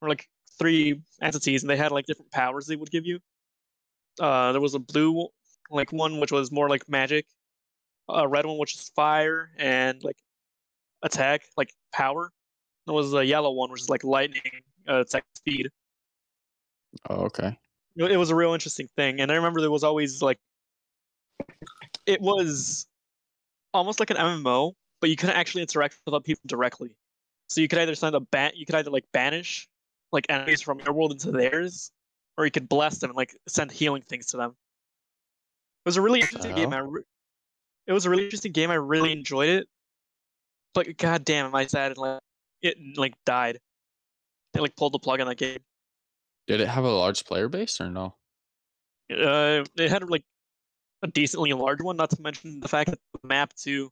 [SPEAKER 4] or like three entities, and they had like different powers they would give you. Uh, there was a blue like one which was more like magic, a red one which is fire and like attack, like power. There was a yellow one which is like lightning, uh, attack speed.
[SPEAKER 3] Oh, okay.
[SPEAKER 4] It it was a real interesting thing, and I remember there was always like, it was almost like an MMO, but you couldn't actually interact with other people directly. So you could either send a ban, you could either like banish like enemies from your world into theirs, or you could bless them and like send healing things to them. It was a really interesting game. I re- it was a really interesting game. I really enjoyed it, but goddamn, am I sad it like it like died. They like pulled the plug on that game.
[SPEAKER 3] Did it have a large player base or no?
[SPEAKER 4] Uh, it had like a decently large one. Not to mention the fact that the map too,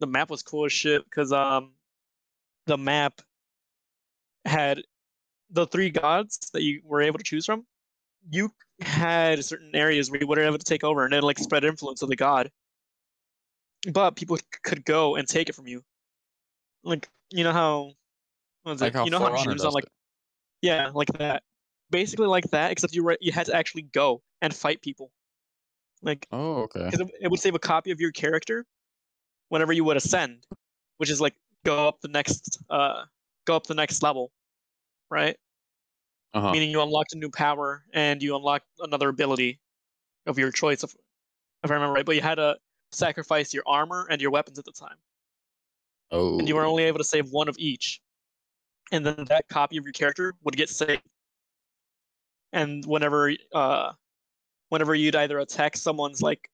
[SPEAKER 4] the map was cool as shit because um, the map had the three gods that you were able to choose from. You had certain areas where you were able to take over, and it like spread influence of the god. But people c- could go and take it from you. Like you know how, what was it?
[SPEAKER 3] Like how
[SPEAKER 4] you know
[SPEAKER 3] Four
[SPEAKER 4] how
[SPEAKER 3] Honor
[SPEAKER 4] Jews on
[SPEAKER 3] does
[SPEAKER 4] like
[SPEAKER 3] it.
[SPEAKER 4] yeah, like that. Basically, like that, except you were, you had to actually go and fight people. Like,
[SPEAKER 3] Oh, okay.
[SPEAKER 4] because it, it would save a copy of your character whenever you would ascend, which is like go up the next uh go up the next level, right?
[SPEAKER 3] Uh-huh.
[SPEAKER 4] Meaning you unlocked a new power and you unlocked another ability of your choice, if, if I remember right. But you had to sacrifice your armor and your weapons at the time
[SPEAKER 3] Oh.
[SPEAKER 4] and you were only able to save one of each. And then that copy of your character would get saved. And whenever uh whenever you'd either attack someone's like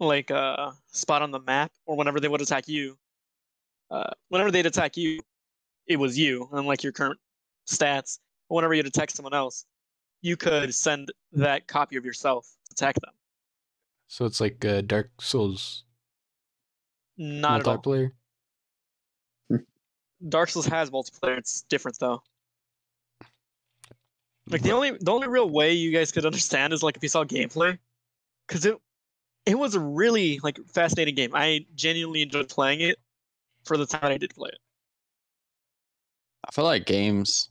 [SPEAKER 4] like uh spot on the map or whenever they would attack you, uh whenever they'd attack you, it was you and like your current stats. But whenever you'd attack someone else, you could send that copy of yourself to attack them.
[SPEAKER 1] So it's like uh, Dark Souls
[SPEAKER 4] Not at all.
[SPEAKER 1] multiplayer.
[SPEAKER 4] Dark Souls has multiplayer, it's different though. Like the
[SPEAKER 1] But-
[SPEAKER 4] only the only real way you guys could understand is like if you saw gameplay, because it it was a really like fascinating game. I genuinely enjoyed playing it for the time I did play it.
[SPEAKER 3] I feel like games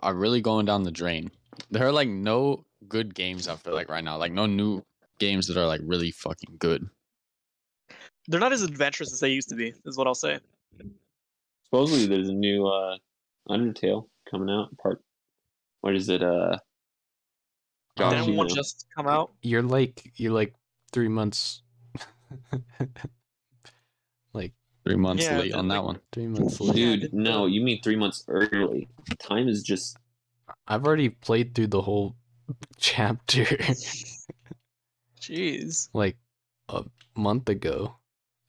[SPEAKER 3] are really going down the drain. There are like no good games I feel like right now. Like no new games that are like really fucking good.
[SPEAKER 4] They're not as adventurous as they used to be, is what I'll say.
[SPEAKER 2] Supposedly, there's a new uh, Undertale coming out. Part, what is it? Uh,
[SPEAKER 1] Josh,
[SPEAKER 4] Didn't
[SPEAKER 1] you
[SPEAKER 4] one
[SPEAKER 2] know.
[SPEAKER 4] just come
[SPEAKER 1] <laughs>
[SPEAKER 4] out?
[SPEAKER 1] You're like you're like three months, <laughs> like
[SPEAKER 3] Three months
[SPEAKER 4] Yeah,
[SPEAKER 3] late
[SPEAKER 4] but
[SPEAKER 3] on that
[SPEAKER 4] like-
[SPEAKER 3] one.
[SPEAKER 1] three months
[SPEAKER 4] Yeah, I
[SPEAKER 1] late.
[SPEAKER 2] dude,
[SPEAKER 4] didn't
[SPEAKER 2] no,
[SPEAKER 4] know.
[SPEAKER 2] you mean three months early. Time is just
[SPEAKER 1] I've already played through the whole <laughs> chapter <laughs>
[SPEAKER 4] Jeez.
[SPEAKER 1] like a month ago.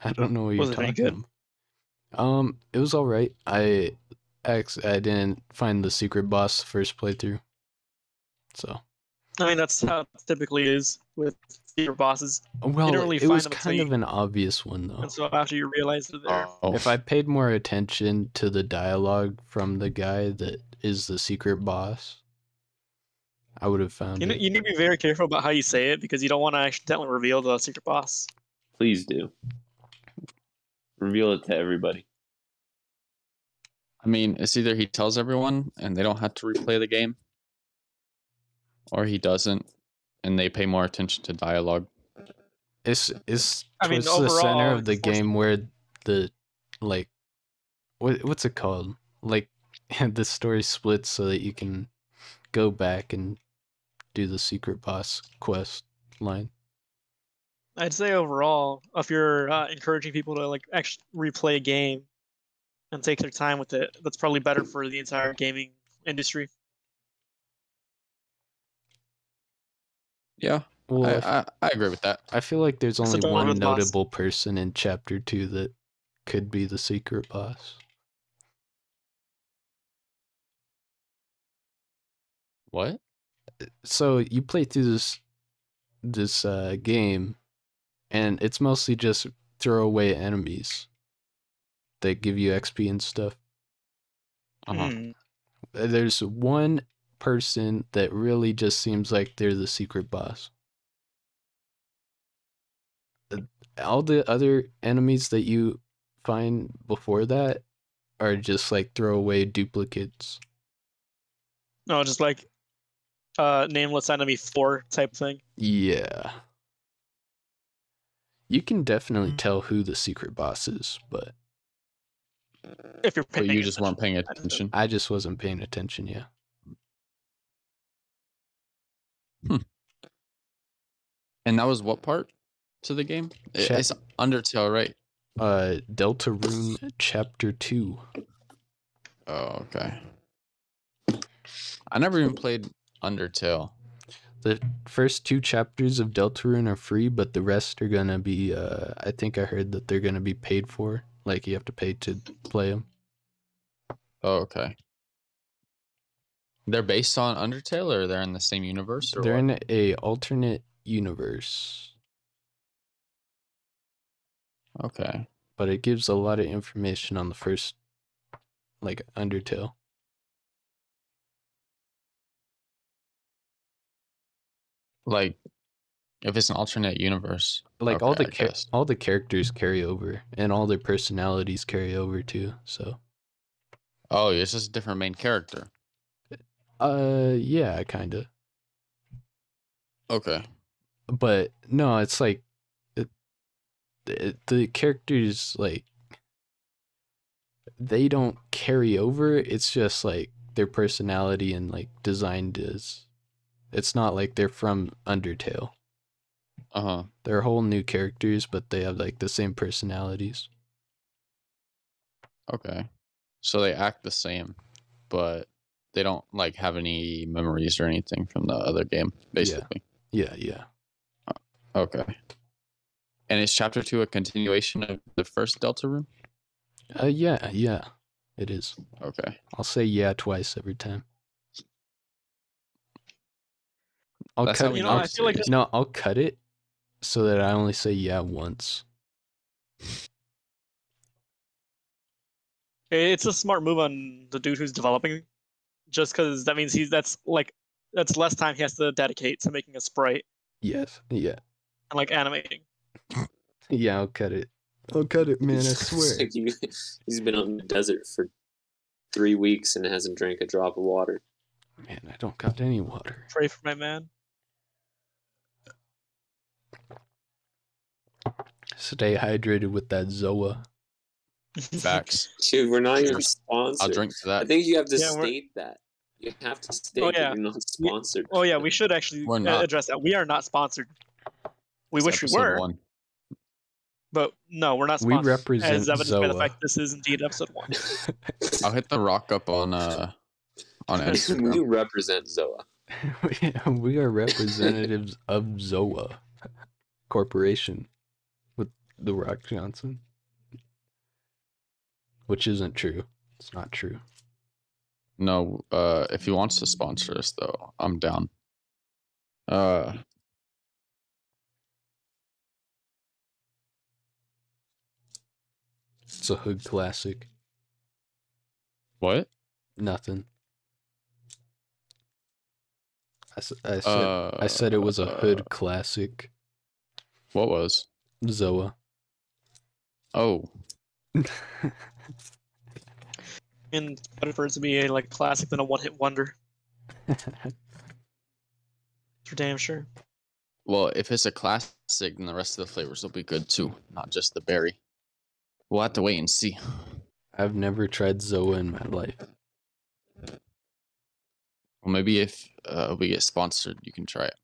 [SPEAKER 1] I don't know what
[SPEAKER 4] Was
[SPEAKER 1] you're
[SPEAKER 4] it any
[SPEAKER 1] talking.
[SPEAKER 4] good?
[SPEAKER 1] Um, it was all right. I ex I didn't find the secret boss first playthrough, so
[SPEAKER 4] I mean, that's how it typically is with your bosses.
[SPEAKER 1] well,
[SPEAKER 4] really
[SPEAKER 1] it
[SPEAKER 4] find
[SPEAKER 1] was
[SPEAKER 4] them until
[SPEAKER 1] kind
[SPEAKER 4] you-
[SPEAKER 1] of an obvious one though.
[SPEAKER 4] And so after you realize that they're
[SPEAKER 3] Oh,
[SPEAKER 1] If I paid more attention to the dialogue from the guy that is the secret boss, I would have found
[SPEAKER 4] You, know,
[SPEAKER 1] it.
[SPEAKER 4] you need to be very careful about how you say it because you don't want to accidentally reveal the secret boss.
[SPEAKER 2] please do. Reveal it to everybody.
[SPEAKER 3] I mean, it's either he tells everyone and they don't have to replay the game, or he doesn't and they pay more attention to dialogue.
[SPEAKER 1] It's it's
[SPEAKER 4] I mean,
[SPEAKER 1] towards the center
[SPEAKER 4] overall,
[SPEAKER 1] of the
[SPEAKER 4] it's forced-
[SPEAKER 1] game where the like what what's it called? Like <laughs> the story splits so that you can go back and do the secret boss quest line.
[SPEAKER 4] I'd say overall, if you're uh, encouraging people to like actually replay a game and take their time with it, that's probably better for the entire gaming industry.
[SPEAKER 3] Yeah,
[SPEAKER 1] Well, I,
[SPEAKER 3] I,
[SPEAKER 1] f-
[SPEAKER 3] I, I agree with that.
[SPEAKER 1] I feel like there's
[SPEAKER 4] Except
[SPEAKER 1] only
[SPEAKER 4] the
[SPEAKER 1] one
[SPEAKER 4] one with boss.
[SPEAKER 1] notable person in chapter 2 that could be the secret boss.
[SPEAKER 3] What?
[SPEAKER 1] so you play through this this uh, game, and it's mostly just throwaway enemies that give you XP and stuff.
[SPEAKER 3] Uh-huh.
[SPEAKER 4] Hmm.
[SPEAKER 1] Uh, There's one person that really just seems like they're the secret boss. Uh, All the other enemies that you find before that are just like throwaway duplicates.
[SPEAKER 4] No, just like uh, nameless enemy four type thing.
[SPEAKER 1] Yeah. You can definitely tell who the secret boss is, but
[SPEAKER 4] If you're
[SPEAKER 3] But
[SPEAKER 4] paying
[SPEAKER 3] you just
[SPEAKER 4] attention.
[SPEAKER 3] weren't paying
[SPEAKER 4] don't-
[SPEAKER 3] attention.
[SPEAKER 1] I just wasn't paying attention. Yeah.
[SPEAKER 3] And that was what part to the game? I-
[SPEAKER 1] Check.
[SPEAKER 3] It's Undertale, right?
[SPEAKER 1] Uh, Delta Rune Chapter Two.
[SPEAKER 3] Oh, okay. I never even played Undertale.
[SPEAKER 1] The first two chapters of Delta Rune are free, but the rest are gonna be. Uh, I think I heard that they're gonna be paid for. Like you have to pay to play them.
[SPEAKER 3] Oh, okay. They're based on Undertale, or they're in the same universe, or
[SPEAKER 1] They're in
[SPEAKER 3] what?
[SPEAKER 1] a alternate universe,
[SPEAKER 3] okay.
[SPEAKER 1] but it gives a lot of information on the first, like Undertale.
[SPEAKER 3] Like, if it's an alternate universe,
[SPEAKER 1] like all
[SPEAKER 3] Okay,
[SPEAKER 1] the
[SPEAKER 3] I
[SPEAKER 1] char-
[SPEAKER 3] guess.
[SPEAKER 1] all the characters carry over and all their personalities carry over too so
[SPEAKER 3] oh, it's just a different main character.
[SPEAKER 1] uh yeah kind of
[SPEAKER 3] Okay.
[SPEAKER 1] but no it's like it, it, the characters like they don't carry over it's just like their personality and like design is it's not like they're from undertale
[SPEAKER 3] Uh huh.
[SPEAKER 1] they're whole new characters but they have like the same personalities
[SPEAKER 3] Okay. So they act the same, but they don't like have any memories or anything from the other game, basically.
[SPEAKER 1] yeah yeah
[SPEAKER 3] Okay. And is chapter two a continuation of the first Delta Room?
[SPEAKER 1] uh yeah yeah it is
[SPEAKER 3] Okay.
[SPEAKER 1] I'll say yeah twice every time. I'll
[SPEAKER 3] That's how
[SPEAKER 1] cut.
[SPEAKER 3] we
[SPEAKER 4] You know,
[SPEAKER 1] I'll-
[SPEAKER 4] I feel like
[SPEAKER 3] Undertale.
[SPEAKER 1] no, I'll cut it so that I only say yeah once.
[SPEAKER 4] It's a smart move on the dude who's developing, just because that means he's that's like that's less time he has to dedicate to making a sprite
[SPEAKER 1] Yes. Yeah.
[SPEAKER 4] and like animating.
[SPEAKER 1] Yeah. I'll cut it. I'll cut it,
[SPEAKER 2] <laughs>
[SPEAKER 1] man. I swear.
[SPEAKER 2] Like you- he's been out in the desert for three weeks and hasn't drank a drop of water.
[SPEAKER 1] man, I don't got any water.
[SPEAKER 4] Pray for my man.
[SPEAKER 1] Stay hydrated with that Zoa. <laughs>
[SPEAKER 4] <laughs>
[SPEAKER 3] Facts.
[SPEAKER 2] Dude, we're not even
[SPEAKER 3] Cheers.
[SPEAKER 2] sponsored.
[SPEAKER 3] I'll drink to
[SPEAKER 2] I
[SPEAKER 3] that.
[SPEAKER 2] think you have to
[SPEAKER 4] Yeah, we're-
[SPEAKER 2] state that. You have to state
[SPEAKER 4] Oh, yeah.
[SPEAKER 2] that you're not sponsored.
[SPEAKER 4] Oh
[SPEAKER 2] <laughs>
[SPEAKER 4] yeah, we should actually
[SPEAKER 3] We're
[SPEAKER 4] uh,
[SPEAKER 3] not.
[SPEAKER 4] address that. We are not sponsored. We
[SPEAKER 3] It's
[SPEAKER 4] wish we
[SPEAKER 3] episode
[SPEAKER 4] were,
[SPEAKER 3] One.
[SPEAKER 4] but no, we're not
[SPEAKER 1] We
[SPEAKER 4] sponsored.
[SPEAKER 1] represent
[SPEAKER 4] as evidenced by the
[SPEAKER 1] Zoa.
[SPEAKER 4] fact this is indeed episode one.
[SPEAKER 3] I'll hit the rock up on uh
[SPEAKER 4] <laughs>
[SPEAKER 3] on Instagram.
[SPEAKER 2] you represent Zoa.
[SPEAKER 1] we are representatives of Zoa Corporation with The Rock Johnson, which isn't true. It's not true.
[SPEAKER 3] No, uh, if he wants to sponsor us, though, I'm down. Uh,
[SPEAKER 1] It's a hood classic.
[SPEAKER 3] what?
[SPEAKER 1] Nothing. I, s- I said,
[SPEAKER 3] Uh,
[SPEAKER 1] I said it was a hood classic.
[SPEAKER 3] What was?
[SPEAKER 1] <laughs> Zoa.
[SPEAKER 3] Oh,
[SPEAKER 4] And it's better for it to be a like classic than a one-hit wonder for damn sure.
[SPEAKER 3] well, if it's a classic, then the rest of the flavors will be good too, not just the berry. We'll have to wait and see.
[SPEAKER 1] I've never tried Zoa in my life.
[SPEAKER 3] Well, maybe if uh, we get sponsored, you can try it.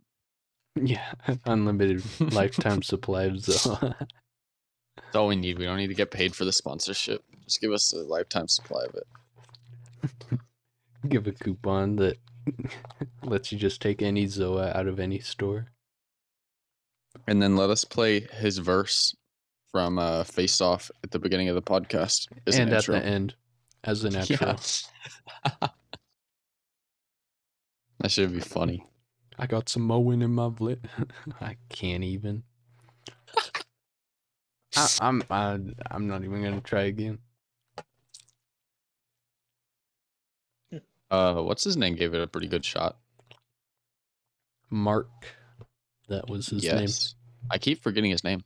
[SPEAKER 1] Yeah, <laughs> unlimited lifetime supply of Zoa. <laughs>
[SPEAKER 3] That's all we need. We don't need to get paid for the sponsorship. Just give us a lifetime supply of it.
[SPEAKER 1] Give a coupon that <laughs> lets you just take any Zoa out of any store.
[SPEAKER 3] And then let us play his verse from uh, Face Off at the beginning of the podcast. as an
[SPEAKER 1] and at
[SPEAKER 3] intro. <laughs>
[SPEAKER 1] the end, as an outro.
[SPEAKER 3] Yeah. <laughs> that should be funny.
[SPEAKER 1] I got some Moen in my vlip. <laughs> I can't even. <laughs> I, I'm I, I'm not even gonna try again.
[SPEAKER 3] Uh, what's his name? Gave it a pretty good shot.
[SPEAKER 1] Mark, that was his name.
[SPEAKER 3] yes, I keep forgetting his name.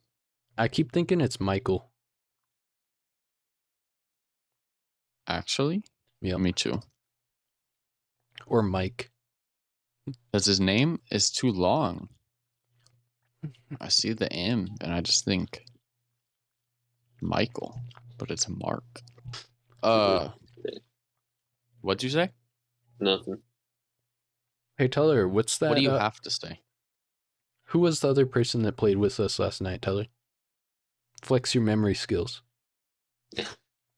[SPEAKER 1] I keep thinking it's Michael.
[SPEAKER 3] Actually,
[SPEAKER 1] Yeah,
[SPEAKER 3] me too.
[SPEAKER 1] or Mike.
[SPEAKER 3] Because his name is too long.
[SPEAKER 1] <laughs>
[SPEAKER 3] I see the M, and I just think Michael, but it's Mark. Uh, what'd you say?
[SPEAKER 2] Nothing.
[SPEAKER 1] Hey, Teller, what's that?
[SPEAKER 3] What do you
[SPEAKER 1] uh,
[SPEAKER 3] have to say? <laughs>
[SPEAKER 1] Who was the other person that played with us last night, Teller? Flex your memory skills.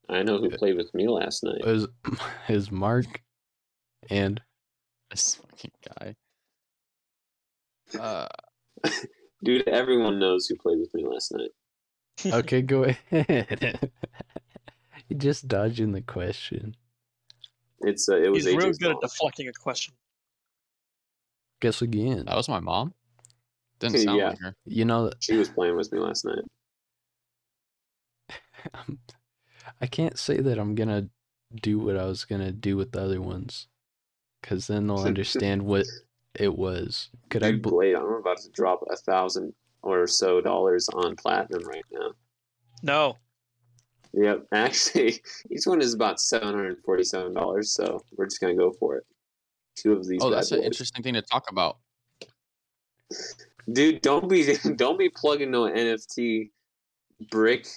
[SPEAKER 2] I know who played with me last night.
[SPEAKER 1] It <laughs> was, it was Mark and
[SPEAKER 3] This fucking guy. Uh,
[SPEAKER 2] Dude, everyone knows who played with me last night.
[SPEAKER 1] Okay, go <laughs> ahead. You're just dodging the question.
[SPEAKER 2] It's uh, it was
[SPEAKER 4] He's real
[SPEAKER 2] AJ's
[SPEAKER 4] good at
[SPEAKER 2] mom.
[SPEAKER 4] deflecting a question.
[SPEAKER 1] Guess again.
[SPEAKER 3] that was my mom. Didn't
[SPEAKER 2] Okay,
[SPEAKER 3] sound
[SPEAKER 2] yeah.
[SPEAKER 3] like her.
[SPEAKER 1] You know,
[SPEAKER 2] She was playing with me last night.
[SPEAKER 1] I can't say that I'm gonna do what I was gonna do with the other ones, because then
[SPEAKER 3] <laughs>
[SPEAKER 1] they'll understand what it was. Could I?
[SPEAKER 2] Dude,
[SPEAKER 1] Bl-
[SPEAKER 2] Blade, I'm about to drop a thousand or so dollars on platinum right now.
[SPEAKER 4] No,
[SPEAKER 2] Yep, <laughs> actually, each one is about seven hundred forty-seven dollars. So we're just gonna go for it. Two of these.
[SPEAKER 3] Oh,
[SPEAKER 2] bad
[SPEAKER 3] that's an
[SPEAKER 2] boys.
[SPEAKER 3] interesting thing to talk about.
[SPEAKER 2] Dude, don't be <laughs> don't be plugging no NFT brick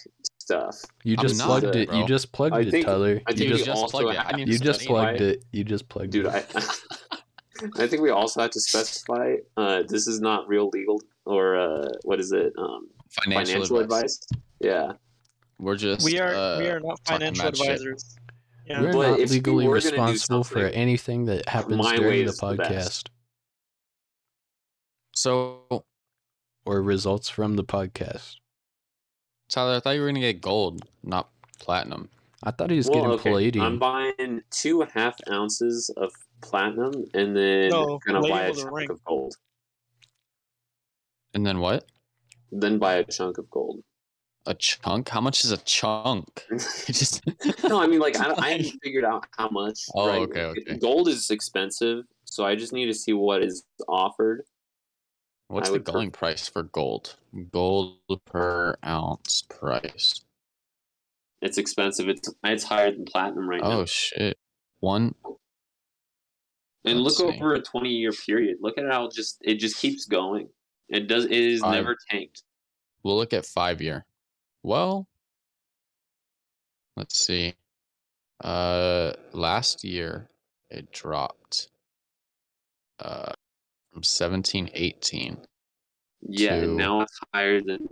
[SPEAKER 2] stuff.
[SPEAKER 1] you
[SPEAKER 3] I'm
[SPEAKER 1] just
[SPEAKER 3] not
[SPEAKER 1] plugged
[SPEAKER 2] good,
[SPEAKER 1] it. You
[SPEAKER 3] bro.
[SPEAKER 1] just plugged
[SPEAKER 2] I
[SPEAKER 1] it,
[SPEAKER 2] think-
[SPEAKER 1] Tyler.
[SPEAKER 2] I
[SPEAKER 1] You
[SPEAKER 2] think
[SPEAKER 1] just,
[SPEAKER 2] we also
[SPEAKER 3] plugged it.
[SPEAKER 2] have
[SPEAKER 3] I need to
[SPEAKER 1] you just
[SPEAKER 3] study.
[SPEAKER 1] plugged it. You just plugged
[SPEAKER 2] dude.
[SPEAKER 1] it.
[SPEAKER 2] I <laughs> I think we also have to specify uh, this is not real legal or uh, what is it um,
[SPEAKER 3] Financial,
[SPEAKER 2] financial
[SPEAKER 3] advice.
[SPEAKER 2] advice. Yeah,
[SPEAKER 3] We're just
[SPEAKER 4] we are
[SPEAKER 3] uh,
[SPEAKER 4] we are not
[SPEAKER 3] talking
[SPEAKER 4] financial
[SPEAKER 3] mad shit.
[SPEAKER 4] advisors. Yeah.
[SPEAKER 1] We're
[SPEAKER 2] But
[SPEAKER 1] not
[SPEAKER 2] if you
[SPEAKER 1] legally
[SPEAKER 2] were gonna do
[SPEAKER 1] responsible for
[SPEAKER 2] something,
[SPEAKER 1] anything that happens
[SPEAKER 2] my way
[SPEAKER 1] during the
[SPEAKER 2] is the
[SPEAKER 1] podcast
[SPEAKER 2] best.
[SPEAKER 3] So,
[SPEAKER 1] or results from the podcast.
[SPEAKER 3] Tyler, I thought you were gonna get gold, not platinum.
[SPEAKER 1] I thought he was
[SPEAKER 2] Well,
[SPEAKER 1] getting
[SPEAKER 2] okay,
[SPEAKER 1] palladium.
[SPEAKER 2] I'm buying two half ounces of platinum and then
[SPEAKER 4] No,
[SPEAKER 2] gonna buy
[SPEAKER 4] label
[SPEAKER 2] a
[SPEAKER 4] the
[SPEAKER 2] chunk
[SPEAKER 4] ring.
[SPEAKER 2] of gold.
[SPEAKER 3] And then what?
[SPEAKER 2] Then buy a chunk of gold. <laughs>
[SPEAKER 3] A chunk? How much is a chunk? <laughs> It just
[SPEAKER 2] No, I mean like I, don't, I haven't figured out how much.
[SPEAKER 3] Oh, okay, okay.
[SPEAKER 2] Gold is expensive, so I just need to see what is offered.
[SPEAKER 3] <laughs> what's
[SPEAKER 2] I
[SPEAKER 3] the
[SPEAKER 2] would
[SPEAKER 3] going price for gold? Gold per ounce price.
[SPEAKER 2] It's expensive. It's it's higher than platinum right
[SPEAKER 3] Oh
[SPEAKER 2] now.
[SPEAKER 3] shit! One.
[SPEAKER 2] And look
[SPEAKER 3] let's see.
[SPEAKER 2] over a twenty year period. Look at how just it just keeps going. It does. It is
[SPEAKER 3] I-
[SPEAKER 2] never tanked.
[SPEAKER 3] We'll look at five year. Well, Let's see. Uh, last year it dropped. Uh, from 17, 18,
[SPEAKER 2] Yeah,
[SPEAKER 3] to
[SPEAKER 2] and now it's higher than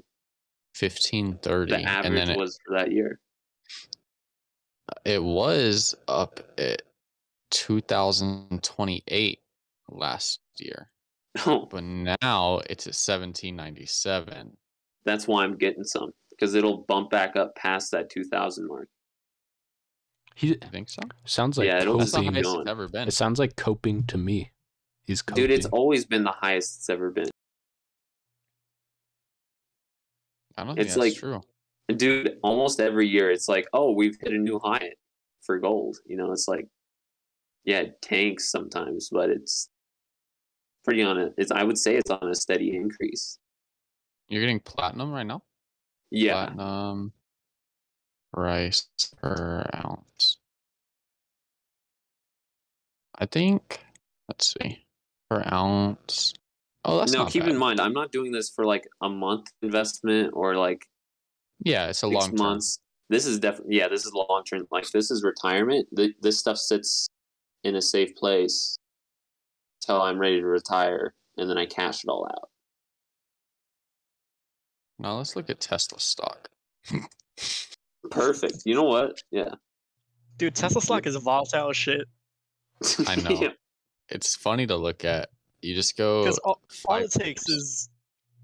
[SPEAKER 3] 15, 30.
[SPEAKER 2] the
[SPEAKER 3] and then
[SPEAKER 2] average
[SPEAKER 3] it,
[SPEAKER 2] was for that year. <laughs>
[SPEAKER 3] it was up at 2028 last year,
[SPEAKER 2] No,
[SPEAKER 3] but now it's at 1797.
[SPEAKER 2] that's why I'm getting some because it'll bump back up past that 2000 mark.
[SPEAKER 1] He
[SPEAKER 3] You think so?
[SPEAKER 1] sounds like
[SPEAKER 2] Yeah, it'll
[SPEAKER 3] That's the
[SPEAKER 2] keep
[SPEAKER 1] coping.
[SPEAKER 3] highest
[SPEAKER 2] going.
[SPEAKER 3] it's ever been.
[SPEAKER 1] It sounds like coping to me. He's coping.
[SPEAKER 2] Dude, it's always been the highest it's ever been.
[SPEAKER 3] I don't think
[SPEAKER 2] it's
[SPEAKER 3] that's
[SPEAKER 2] like-
[SPEAKER 3] true.
[SPEAKER 2] And dude, almost every year it's like, oh, we've hit a new high for gold. You know, it's like, yeah, it tanks sometimes, but it's pretty on a. It's I would say it's on a steady increase.
[SPEAKER 3] You're getting platinum right now?
[SPEAKER 2] Yeah,
[SPEAKER 3] Platinum price per ounce. I think, let's see, per ounce. Oh, that's
[SPEAKER 2] now
[SPEAKER 3] not
[SPEAKER 2] keep
[SPEAKER 3] bad.
[SPEAKER 2] in mind, I'm not doing this for like a month investment or like
[SPEAKER 3] Yeah, it's a
[SPEAKER 2] six
[SPEAKER 3] long term.
[SPEAKER 2] months. This is definitely yeah. This is long term. Like this is retirement. Th this stuff sits in a safe place till I'm ready to retire, and then I cash it all out.
[SPEAKER 3] Now let's look at Tesla stock.
[SPEAKER 2] Perfect. You know what? Yeah.
[SPEAKER 4] Dude, Tesla stock is volatile as shit.
[SPEAKER 2] <laughs>
[SPEAKER 3] I know. It's funny to look at. You just go.
[SPEAKER 4] Because all, all
[SPEAKER 3] five
[SPEAKER 4] it takes
[SPEAKER 3] years.
[SPEAKER 4] is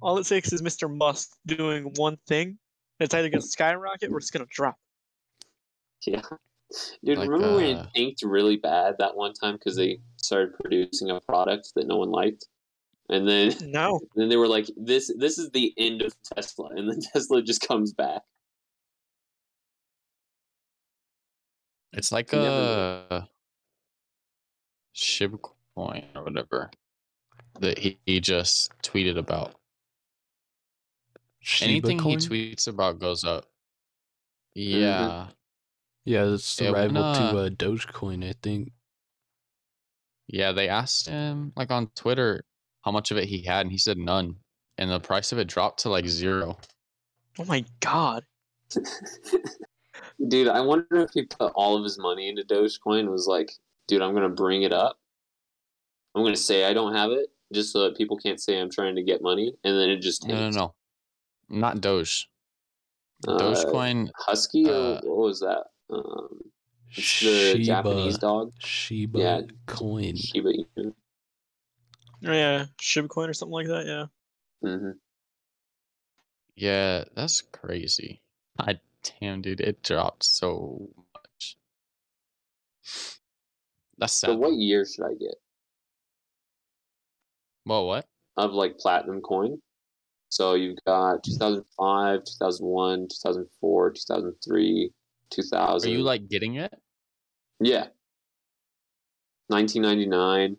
[SPEAKER 4] all it takes is Mr. Musk doing one thing. and It's either gonna skyrocket or it's gonna drop.
[SPEAKER 2] <laughs> Yeah. Dude,
[SPEAKER 3] Like,
[SPEAKER 2] remember when it
[SPEAKER 3] uh,
[SPEAKER 2] inked really bad that one time because they started producing a product that no one liked, and then <laughs>
[SPEAKER 4] No.
[SPEAKER 2] then they were like, "This this is the end of Tesla," and then <laughs> Tesla just comes back.
[SPEAKER 3] It's like
[SPEAKER 2] You never know.
[SPEAKER 3] a shib coin or whatever that he, he just tweeted about.
[SPEAKER 1] Shiba
[SPEAKER 3] Anything
[SPEAKER 1] coin?
[SPEAKER 3] he tweets about goes up. Yeah.
[SPEAKER 1] Yeah, that's the
[SPEAKER 3] Yeah, when,
[SPEAKER 1] rival to
[SPEAKER 3] uh,
[SPEAKER 1] uh, Dogecoin, I think.
[SPEAKER 3] Yeah. They asked him, like on Twitter, how much of it he had, and he said none. And the price of it dropped to like zero.
[SPEAKER 4] Oh my god.
[SPEAKER 2] Dude, I wonder if he put all of his money into Dogecoin. and Was like, dude, I'm gonna bring it up. I'm gonna say I don't have it just so that people can't say I'm trying to get money, and then it just
[SPEAKER 3] No, no,
[SPEAKER 2] tanks.
[SPEAKER 3] no. Not Doge.
[SPEAKER 2] Uh,
[SPEAKER 3] Dogecoin.
[SPEAKER 2] Husky, or
[SPEAKER 3] Uh,
[SPEAKER 2] what was that? Um, it's the Japanese dog,
[SPEAKER 1] Shiba
[SPEAKER 2] Yeah.
[SPEAKER 1] coin.
[SPEAKER 2] Shiba Inu.
[SPEAKER 4] Yeah, Shibcoin or something like that, yeah.
[SPEAKER 2] hmm
[SPEAKER 3] Yeah, that's crazy. I damn dude, it dropped so much. That's sad.
[SPEAKER 2] So,
[SPEAKER 3] though.
[SPEAKER 2] what year should I get
[SPEAKER 3] Well, what?
[SPEAKER 2] of like platinum coin? So you've got 2005, 2001, 2004, 2003, 2000.
[SPEAKER 3] Are you like getting it?
[SPEAKER 2] yeah, 1999.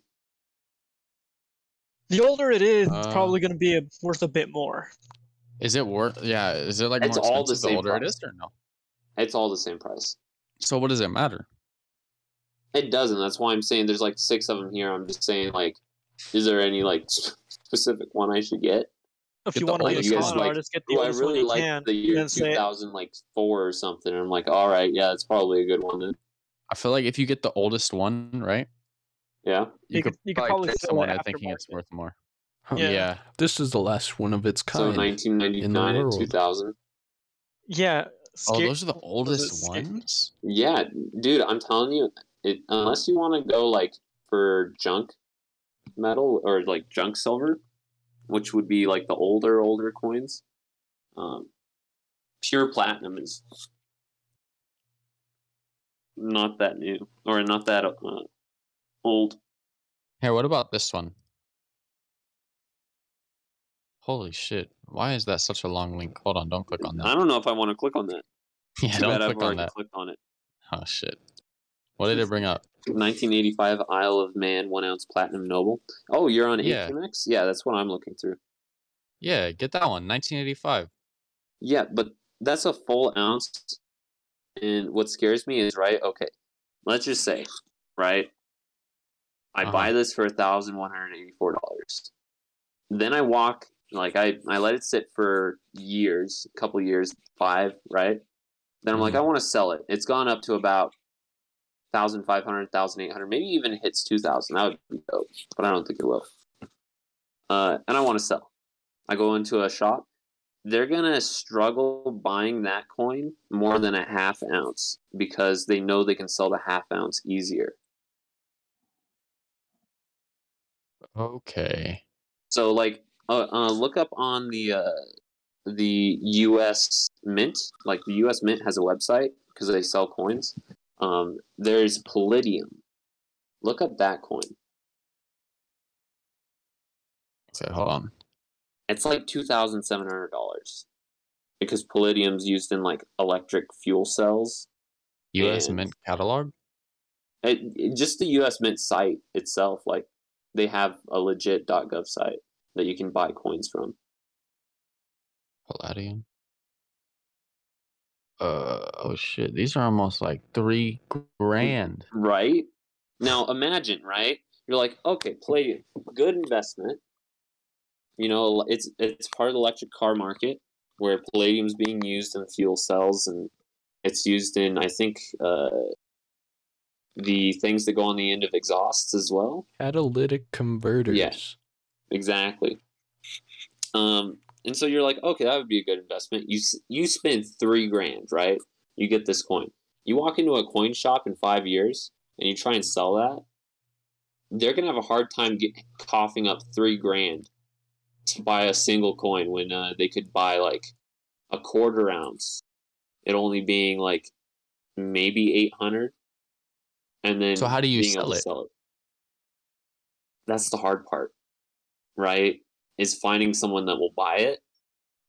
[SPEAKER 4] The older it is, it's
[SPEAKER 3] Uh,
[SPEAKER 4] probably gonna be a, worth a bit more.
[SPEAKER 3] Is it worth? Yeah, is it like
[SPEAKER 2] It's
[SPEAKER 3] more
[SPEAKER 2] all the
[SPEAKER 3] expensive the,
[SPEAKER 2] same
[SPEAKER 3] older it
[SPEAKER 2] price.
[SPEAKER 3] is or no?
[SPEAKER 2] It's all the same price.
[SPEAKER 3] So what does it matter?
[SPEAKER 2] It doesn't. That's why I'm saying there's like six of them here. I'm just saying like, is there any like <laughs> specific one I should get?
[SPEAKER 4] If
[SPEAKER 3] get
[SPEAKER 4] you
[SPEAKER 3] the
[SPEAKER 4] want to be
[SPEAKER 2] oldest
[SPEAKER 4] a
[SPEAKER 2] one.
[SPEAKER 4] con
[SPEAKER 2] Like,
[SPEAKER 4] artist, get the
[SPEAKER 2] Ooh, I
[SPEAKER 4] oldest one
[SPEAKER 2] really
[SPEAKER 4] you
[SPEAKER 2] like
[SPEAKER 4] can,
[SPEAKER 2] the year
[SPEAKER 4] and say,
[SPEAKER 2] 2000 like four or something. And I'm like, all right, yeah, it's probably a good one then.
[SPEAKER 3] I feel like if you get the oldest one, right?
[SPEAKER 2] Yeah,
[SPEAKER 4] You could- you could probably
[SPEAKER 3] trick
[SPEAKER 4] sell it
[SPEAKER 3] someone into
[SPEAKER 4] after
[SPEAKER 3] thinking it's
[SPEAKER 4] market.
[SPEAKER 3] worth more.
[SPEAKER 1] Huh.
[SPEAKER 4] Yeah.
[SPEAKER 3] yeah.
[SPEAKER 1] This is the last one of its
[SPEAKER 2] so
[SPEAKER 1] kind.
[SPEAKER 2] 1999 and
[SPEAKER 1] world.
[SPEAKER 2] 2000.
[SPEAKER 4] yeah,
[SPEAKER 3] Oh,
[SPEAKER 4] scare-
[SPEAKER 3] those are the oldest
[SPEAKER 4] scary?
[SPEAKER 3] ones.
[SPEAKER 2] Yeah, dude, I'm telling you, it, unless you want to go like for junk metal or like junk silver, which would be like the older older coins, um, pure platinum is not that new or not that uh, old.
[SPEAKER 3] Here, what about this one? Holy shit! Why is that such a long link? Hold on, don't click on that.
[SPEAKER 2] I don't know if I want to click on that.
[SPEAKER 3] <laughs> Yeah,
[SPEAKER 2] Too bad
[SPEAKER 3] don't
[SPEAKER 2] I've
[SPEAKER 3] click on
[SPEAKER 2] already
[SPEAKER 3] that.
[SPEAKER 2] clicked on it.
[SPEAKER 3] Oh shit! What did it bring up?
[SPEAKER 2] 1985 Isle of Man one ounce platinum noble. Oh, you're on
[SPEAKER 3] Yeah.
[SPEAKER 2] Acumex? Yeah, that's what I'm looking through.
[SPEAKER 3] Yeah, get that one. 1985.
[SPEAKER 2] Yeah, but that's a full ounce. And what scares me is right. Okay, let's just say, right, I
[SPEAKER 3] Uh-huh.
[SPEAKER 2] buy this for a thousand one hundred eighty-four dollars. Then I walk like I I let it sit for years, a couple years, five, right, Then I'm like,
[SPEAKER 1] Mhm.
[SPEAKER 2] I want to sell it. It's gone up to about 1,500, 1,800, maybe even hits 2,000. That would be dope, but I don't think it will. Uh, and I want to sell. I go into a shop. They're going to struggle buying that coin more than a half ounce because they know they can sell the half ounce easier.
[SPEAKER 3] Okay.
[SPEAKER 2] So like uh, uh, look up on the uh, the U.S. Mint. Like the U.S. Mint has a website because they sell coins. Um, there's Palladium. Look up that coin.
[SPEAKER 3] Okay, hold on.
[SPEAKER 2] It's like two thousand seven hundred dollars because Palladium's used in like electric fuel cells.
[SPEAKER 3] U.S.
[SPEAKER 2] And-
[SPEAKER 3] Mint catalog.
[SPEAKER 2] It, it- just the U.S. Mint site itself, like they have a legit .gov site that you can buy coins from.
[SPEAKER 3] Palladium. Uh oh shit! These are almost like three grand.
[SPEAKER 2] Right? Now imagine, right? You're like, okay, Palladium, good investment. You know, it's it's part of the electric car market where palladium's being used in fuel cells and it's used in I think uh, the things that go on the end of exhausts as well.
[SPEAKER 1] Catalytic converters.
[SPEAKER 2] Exactly. Um, and so you're like, okay, that would be a good investment. You s- you spend three grand, right? You get this coin. You walk into a coin shop in five years and you try and sell that. They're gonna have a hard time get, coughing up three grand to buy a single coin when uh, they could buy like a quarter ounce. It only being like maybe eight hundred, and then
[SPEAKER 3] So how do you
[SPEAKER 2] being able
[SPEAKER 3] sell
[SPEAKER 2] to
[SPEAKER 3] it?
[SPEAKER 2] sell it. That's the hard part, right? Is finding someone that will buy it.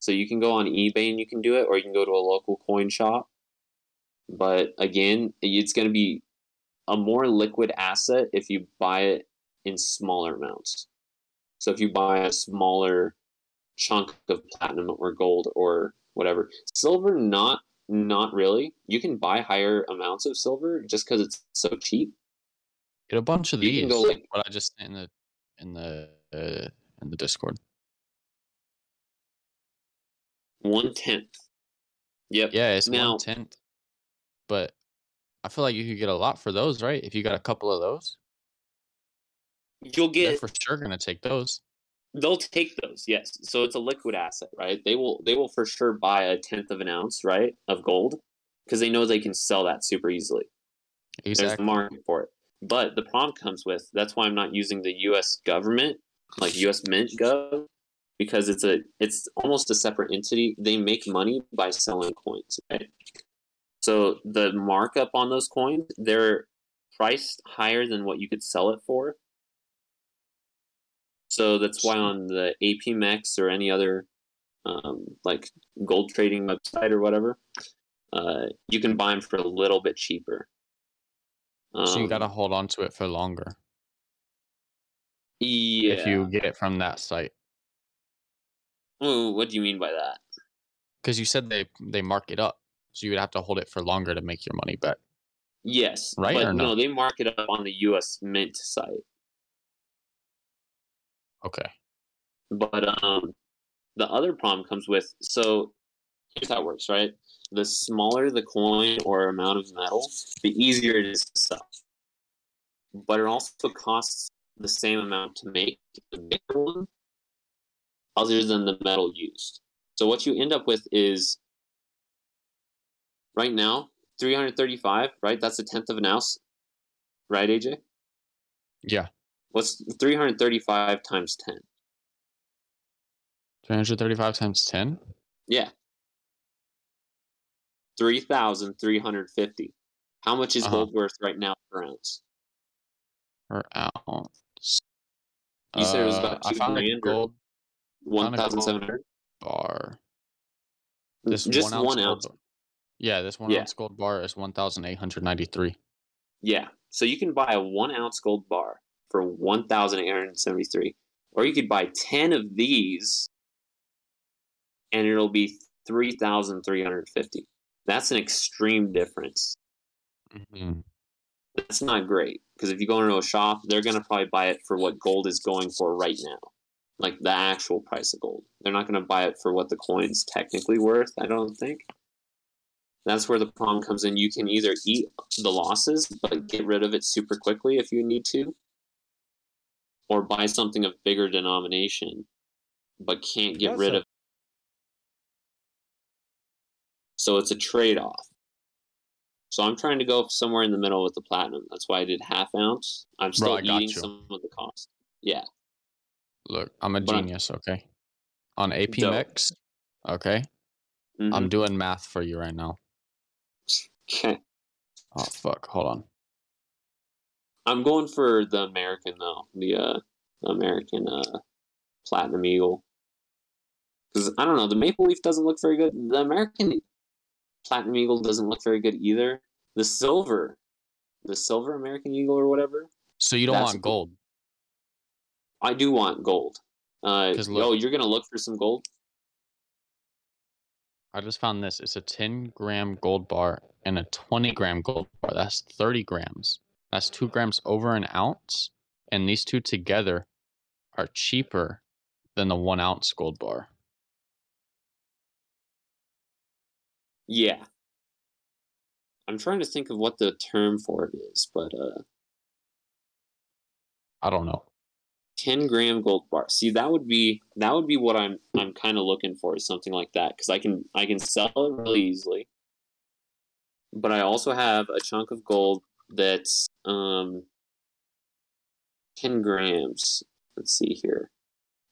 [SPEAKER 2] So you can go on eBay and you can do it, or you can go to a local coin shop. But again, it's going to be a more liquid asset if you buy it in smaller amounts. So if you buy a smaller chunk of platinum or gold or whatever, silver not not really. You can buy higher amounts of silver just because it's so cheap.
[SPEAKER 3] Get a bunch of
[SPEAKER 2] You can
[SPEAKER 3] these.
[SPEAKER 2] go, like-
[SPEAKER 3] what I just sent in the in the uh, in the Discord.
[SPEAKER 2] One tenth. Yep.
[SPEAKER 3] Yeah, it's
[SPEAKER 2] Now-
[SPEAKER 3] one tenth. But I feel like you could get a lot for those, right? If you got a couple of those,
[SPEAKER 2] You'll
[SPEAKER 3] they're
[SPEAKER 2] get
[SPEAKER 3] for sure gonna take those.
[SPEAKER 2] they'll take those yes so it's a liquid asset right they will they will for sure buy a tenth of an ounce right of gold because they know they can sell that super easily there's a
[SPEAKER 3] Exactly.
[SPEAKER 2] market for it but the problem comes with that's why i'm not using the us government like us mint gov because it's a it's almost a separate entity they make money by selling coins right so the markup on those coins they're priced higher than what you could sell it for so that's why on the APMEX or any other um, like gold trading website or whatever, uh, you can buy them for a little bit cheaper.
[SPEAKER 3] so you gotta
[SPEAKER 2] Um,
[SPEAKER 3] hold on to it for longer
[SPEAKER 2] yeah.
[SPEAKER 3] if you get it from that site.
[SPEAKER 2] Ooh, what do you mean by that?
[SPEAKER 3] Because you said they they mark it up, so you would have to hold it for longer to make your money back.
[SPEAKER 2] Yes,
[SPEAKER 3] Right
[SPEAKER 2] But
[SPEAKER 3] or
[SPEAKER 2] no,
[SPEAKER 3] no?
[SPEAKER 2] they mark it up on the U.S. Mint site.
[SPEAKER 3] Okay.
[SPEAKER 2] But um, the other problem comes with so here's how it works, right? The smaller the coin or amount of metal, the easier it is to sell. But it also costs the same amount to make the bigger one, other than the metal used. So what you end up with is right now 335, right? That's a tenth of an ounce, right, AJ?
[SPEAKER 3] Yeah.
[SPEAKER 2] What's 335 times 10?
[SPEAKER 3] 335 times 10.
[SPEAKER 2] Yeah. 3,350. How much is
[SPEAKER 3] Uh-huh.
[SPEAKER 2] gold worth right now per ounce?
[SPEAKER 3] per ounce. Uh,
[SPEAKER 2] You said it was about
[SPEAKER 3] I
[SPEAKER 2] two
[SPEAKER 3] found a
[SPEAKER 2] grand or-
[SPEAKER 3] gold Found a gold
[SPEAKER 2] 1,700?
[SPEAKER 3] bar. This
[SPEAKER 2] This Mm, Just
[SPEAKER 3] one ounce.
[SPEAKER 2] one
[SPEAKER 3] gold
[SPEAKER 2] ounce.
[SPEAKER 3] bar- Yeah, this one
[SPEAKER 2] Yeah.
[SPEAKER 3] ounce gold bar is 1,893.
[SPEAKER 2] Yeah. So you can buy a one ounce gold bar for 1,873. Or you could buy 10 of these and it'll be 3,350. That's an extreme difference.
[SPEAKER 3] Mm-hmm.
[SPEAKER 2] That's not great because if you go into a shop, they're going to probably buy it for what gold is going for right now, like the actual price of gold. They're not going to buy it for what the coin's technically worth, I don't think. That's where the problem comes in. You can either eat the losses, but get rid of it super quickly if you need to, or buy something of bigger denomination, but can't get
[SPEAKER 5] That's
[SPEAKER 2] rid
[SPEAKER 5] a-
[SPEAKER 2] of. So it's a trade off. So I'm trying to go somewhere in the middle with the platinum. That's why I did half ounce. I'm still
[SPEAKER 3] I got
[SPEAKER 2] eating
[SPEAKER 3] you.
[SPEAKER 2] some of the cost.
[SPEAKER 3] Look, I'm a
[SPEAKER 2] But I'm-
[SPEAKER 3] genius, okay? On AP
[SPEAKER 2] Dope.
[SPEAKER 3] Mix, okay?
[SPEAKER 2] Mhm.
[SPEAKER 3] I'm doing math for you right now.
[SPEAKER 2] Okay.
[SPEAKER 3] Oh, fuck. Hold on.
[SPEAKER 2] I'm going for the American though, the uh, the American uh, Platinum Eagle. Because I don't know, the Maple Leaf doesn't look very good. The American Platinum Eagle doesn't look very good either. The silver, the silver American Eagle or whatever.
[SPEAKER 3] So you don't
[SPEAKER 2] That's
[SPEAKER 3] want
[SPEAKER 2] cool.
[SPEAKER 3] gold.
[SPEAKER 2] I do want gold. Uh,
[SPEAKER 3] 'Cause look-
[SPEAKER 2] oh, you're gonna look for some gold.
[SPEAKER 3] I just found this. It's a 10 gram gold bar and a 20 gram gold bar. That's 30 grams. That's two grams over an ounce. And these two together are cheaper than the one ounce gold bar.
[SPEAKER 2] Yeah. I'm trying to think of what the term for it is, but uh,
[SPEAKER 3] I don't know.
[SPEAKER 2] 10 gram gold bar see that would be that would be what i'm i'm kind of looking for is something like that because i can i can sell it really easily but i also have a chunk of gold that's um 10 grams let's see here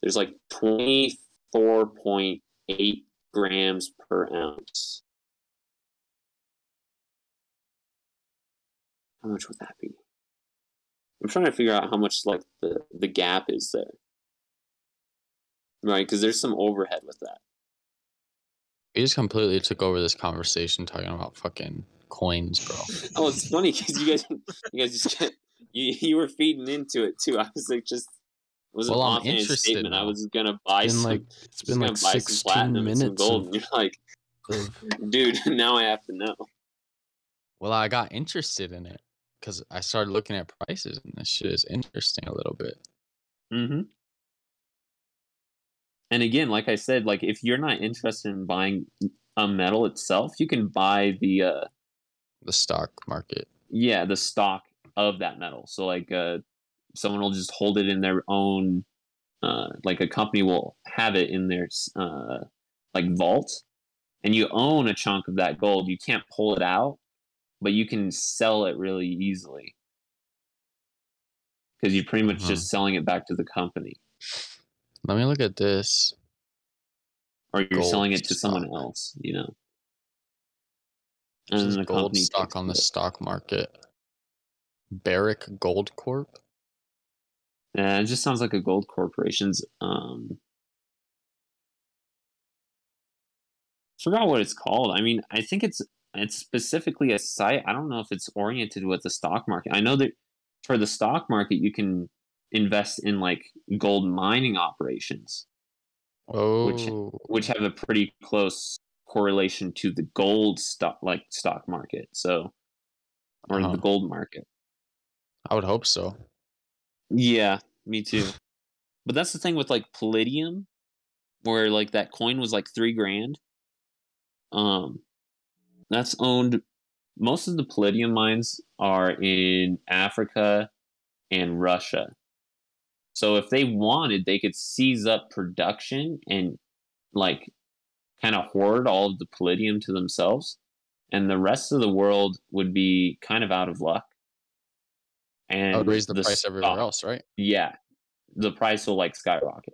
[SPEAKER 2] there's like 24.8 grams per ounce how much would that be I'm trying to figure out how much like the the gap is there. Right, because there's some overhead with that.
[SPEAKER 3] We just completely took over this conversation talking about fucking coins, bro.
[SPEAKER 2] Oh, it's funny because you guys <laughs> you guys just kept, you you were feeding into it too. I was like just it was
[SPEAKER 3] Well,
[SPEAKER 2] an
[SPEAKER 3] I'm
[SPEAKER 2] offhand
[SPEAKER 3] interested
[SPEAKER 2] statement. I
[SPEAKER 3] now.
[SPEAKER 2] was gonna buy
[SPEAKER 1] Been
[SPEAKER 2] some.
[SPEAKER 1] like it's been like
[SPEAKER 2] just gonna buy some
[SPEAKER 1] 16
[SPEAKER 2] platinum and some
[SPEAKER 1] minutes of,
[SPEAKER 2] gold. <laughs> And you're like, <laughs>
[SPEAKER 1] of
[SPEAKER 2] dude, now I have to know.
[SPEAKER 3] Well, I got interested in it because I started looking at prices and this shit is interesting a little bit.
[SPEAKER 2] Mm-hmm. And again, like I said, like if you're not interested in buying a metal itself, you can buy the uh
[SPEAKER 3] The stock market.
[SPEAKER 2] yeah the stock of that metal so like uh someone will just hold it in their own uh like a company will have it in their uh like vault and you own a chunk of that gold you can't pull it out but you can sell it really easily because you're pretty much
[SPEAKER 3] Mhm.
[SPEAKER 2] just selling it back to the company
[SPEAKER 3] Let me look at this.
[SPEAKER 2] or you're
[SPEAKER 3] Gold
[SPEAKER 2] selling it to someone
[SPEAKER 3] stock.
[SPEAKER 2] else you know
[SPEAKER 3] This
[SPEAKER 2] and
[SPEAKER 3] is
[SPEAKER 2] the
[SPEAKER 3] gold
[SPEAKER 2] company
[SPEAKER 3] stock
[SPEAKER 2] takes
[SPEAKER 3] on
[SPEAKER 2] it.
[SPEAKER 3] the stock market. Barrick Gold Corp.
[SPEAKER 2] Yeah, it just sounds like a gold corporation's. Um, forgot what it's called. I mean, I think it's it's specifically a site. I don't know if it's oriented with the stock market. I know that for the stock market, you can invest in like gold mining operations,
[SPEAKER 3] Oh,
[SPEAKER 2] which have a pretty close correlation to the gold stock, like stock market. So, or
[SPEAKER 3] Uh-huh.
[SPEAKER 2] the gold market.
[SPEAKER 3] I would hope so.
[SPEAKER 2] Yeah, me too. but that's the thing with like palladium, where like that coin was like three grand. Um, that's owned. Most of the palladium mines are in Africa and Russia. So if they wanted, they could seize up production and like kind of hoard all of the palladium to themselves. And the rest of the world would be kind of out of luck. And
[SPEAKER 3] I would raise the, price
[SPEAKER 2] stock-
[SPEAKER 3] everywhere else, right?
[SPEAKER 2] yeah, the price will like skyrocket.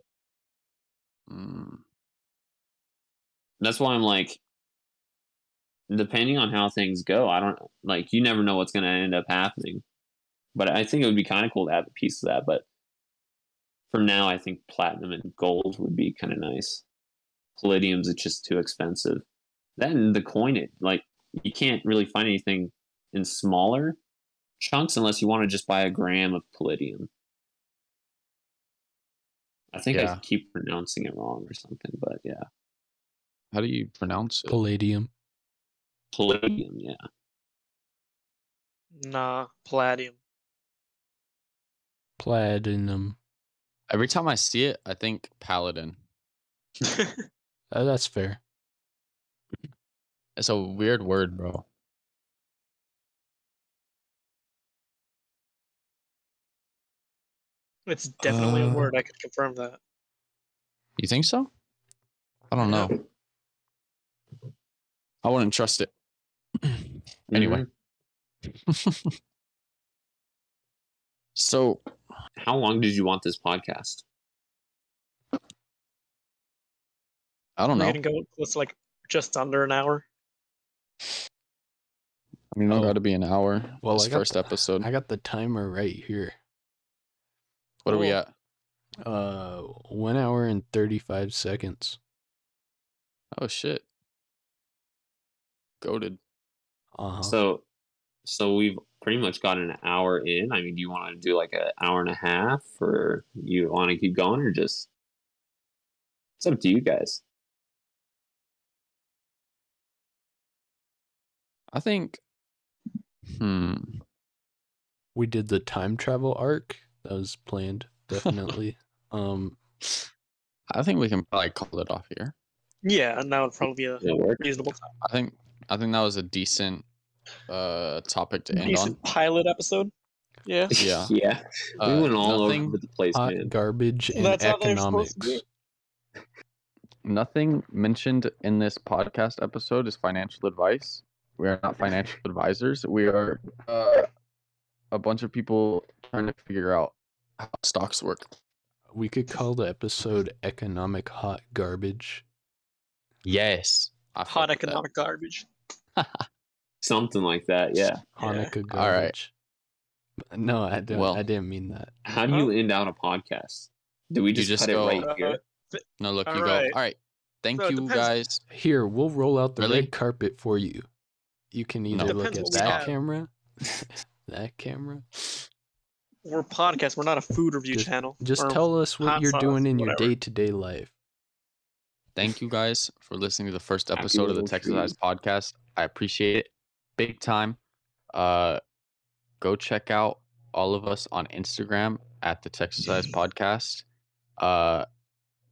[SPEAKER 3] Mm.
[SPEAKER 2] That's why I'm like, depending on how things go, I don't like you never know what's going to end up happening. But I think it would be kind of cool to have a piece of that. But for now, I think platinum and gold would be kind of nice. Palladium's it's just too expensive. Then the coin, it like you can't really find anything in smaller chunks unless you want to just buy a gram of palladium. I think I
[SPEAKER 3] Yeah.
[SPEAKER 2] keep pronouncing it wrong or something, but yeah.
[SPEAKER 3] How do you pronounce it?
[SPEAKER 1] palladium.
[SPEAKER 2] Palladium, yeah.
[SPEAKER 4] Nah,
[SPEAKER 3] <laughs>
[SPEAKER 4] palladium. <laughs>
[SPEAKER 1] Platinum.
[SPEAKER 3] Every time I see it, I think paladin.
[SPEAKER 1] Uh, that's fair.
[SPEAKER 3] It's a weird word, bro.
[SPEAKER 4] It's definitely a
[SPEAKER 3] Uh,
[SPEAKER 4] word. I can confirm that.
[SPEAKER 3] You think so? I don't know. I wouldn't trust it. anyway. so
[SPEAKER 2] How long did you want this podcast?
[SPEAKER 3] I don't
[SPEAKER 4] We're
[SPEAKER 3] know.
[SPEAKER 4] gonna go close to like just under an hour.
[SPEAKER 3] I mean, it'll
[SPEAKER 1] Oh.
[SPEAKER 3] got to be an hour.
[SPEAKER 1] Well,
[SPEAKER 3] Well,
[SPEAKER 1] I
[SPEAKER 3] this
[SPEAKER 1] got
[SPEAKER 3] first
[SPEAKER 1] the-
[SPEAKER 3] episode.
[SPEAKER 1] I got the timer right here.
[SPEAKER 3] what are we
[SPEAKER 4] Cool.
[SPEAKER 3] at?
[SPEAKER 1] Uh, one hour and thirty-five seconds.
[SPEAKER 3] Oh shit. Goaded. Oh.
[SPEAKER 1] Uh huh.
[SPEAKER 2] So, so we've pretty much got an hour in. I mean, do you want to do like an hour and a half, or you want to keep going, or just? It's up to you guys.
[SPEAKER 3] I think. Hmm.
[SPEAKER 1] we did the time travel arc. That was planned,
[SPEAKER 2] <laughs>
[SPEAKER 1] definitely. um,
[SPEAKER 3] I think we can probably call it off here.
[SPEAKER 4] Yeah, and that would probably be a
[SPEAKER 2] Does it work?
[SPEAKER 4] reasonable time.
[SPEAKER 3] I think. I think that was a decent uh topic to end
[SPEAKER 4] Decent pilot episode. Yeah.
[SPEAKER 3] Yeah.
[SPEAKER 2] <laughs> yeah.
[SPEAKER 3] on. Uh,
[SPEAKER 2] we went all
[SPEAKER 3] nothing,
[SPEAKER 2] over the place,
[SPEAKER 1] hot
[SPEAKER 2] man.
[SPEAKER 1] garbage and
[SPEAKER 4] That's how they're supposed to
[SPEAKER 1] economics.
[SPEAKER 4] be.
[SPEAKER 3] Nothing mentioned in this podcast episode is financial advice. We are not financial advisors. We are uh, a bunch of people trying to figure out how stocks work.
[SPEAKER 1] We could call the episode "Economic Hot Garbage."
[SPEAKER 3] Yes. I
[SPEAKER 4] Hot
[SPEAKER 3] fuck with that.
[SPEAKER 4] economic garbage.
[SPEAKER 2] Something like that. Yeah.
[SPEAKER 4] Yeah.
[SPEAKER 1] Hanukkah
[SPEAKER 3] All right.
[SPEAKER 1] garbage. No, I don't.
[SPEAKER 3] Well-
[SPEAKER 1] I didn't mean that.
[SPEAKER 2] How do
[SPEAKER 4] Huh?
[SPEAKER 2] you end out a podcast? Do we
[SPEAKER 3] Oh. You
[SPEAKER 2] just,
[SPEAKER 3] just
[SPEAKER 2] cut
[SPEAKER 3] go-
[SPEAKER 2] it right here?
[SPEAKER 3] No, look, you
[SPEAKER 4] Alright.
[SPEAKER 3] go. All right. Thank
[SPEAKER 4] So it
[SPEAKER 3] you
[SPEAKER 4] depends-
[SPEAKER 3] guys.
[SPEAKER 1] Here, we'll roll out the
[SPEAKER 3] Really?
[SPEAKER 1] red carpet for you. You can either look
[SPEAKER 4] Depends
[SPEAKER 1] at
[SPEAKER 4] what we
[SPEAKER 1] that
[SPEAKER 4] have.
[SPEAKER 1] camera, <laughs> that camera.
[SPEAKER 4] We're a podcast. We're not a food review
[SPEAKER 1] Just-
[SPEAKER 4] channel.
[SPEAKER 1] Just
[SPEAKER 4] Or-
[SPEAKER 1] tell us what
[SPEAKER 4] hot
[SPEAKER 1] you're
[SPEAKER 4] sauce,
[SPEAKER 1] doing in your
[SPEAKER 4] whatever.
[SPEAKER 1] day to day life.
[SPEAKER 3] Thank you guys for listening to the first
[SPEAKER 2] Happy
[SPEAKER 3] episode of the
[SPEAKER 2] little
[SPEAKER 3] Texas
[SPEAKER 2] trees.
[SPEAKER 3] Eyes podcast. I appreciate it big time. Uh, go check out all of us on Instagram at the Texas Eyes podcast. Uh,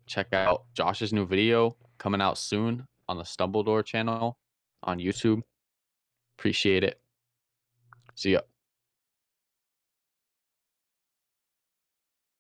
[SPEAKER 3] check out Josh's new video coming out soon on the Stumbledore channel on YouTube. Appreciate it. See ya.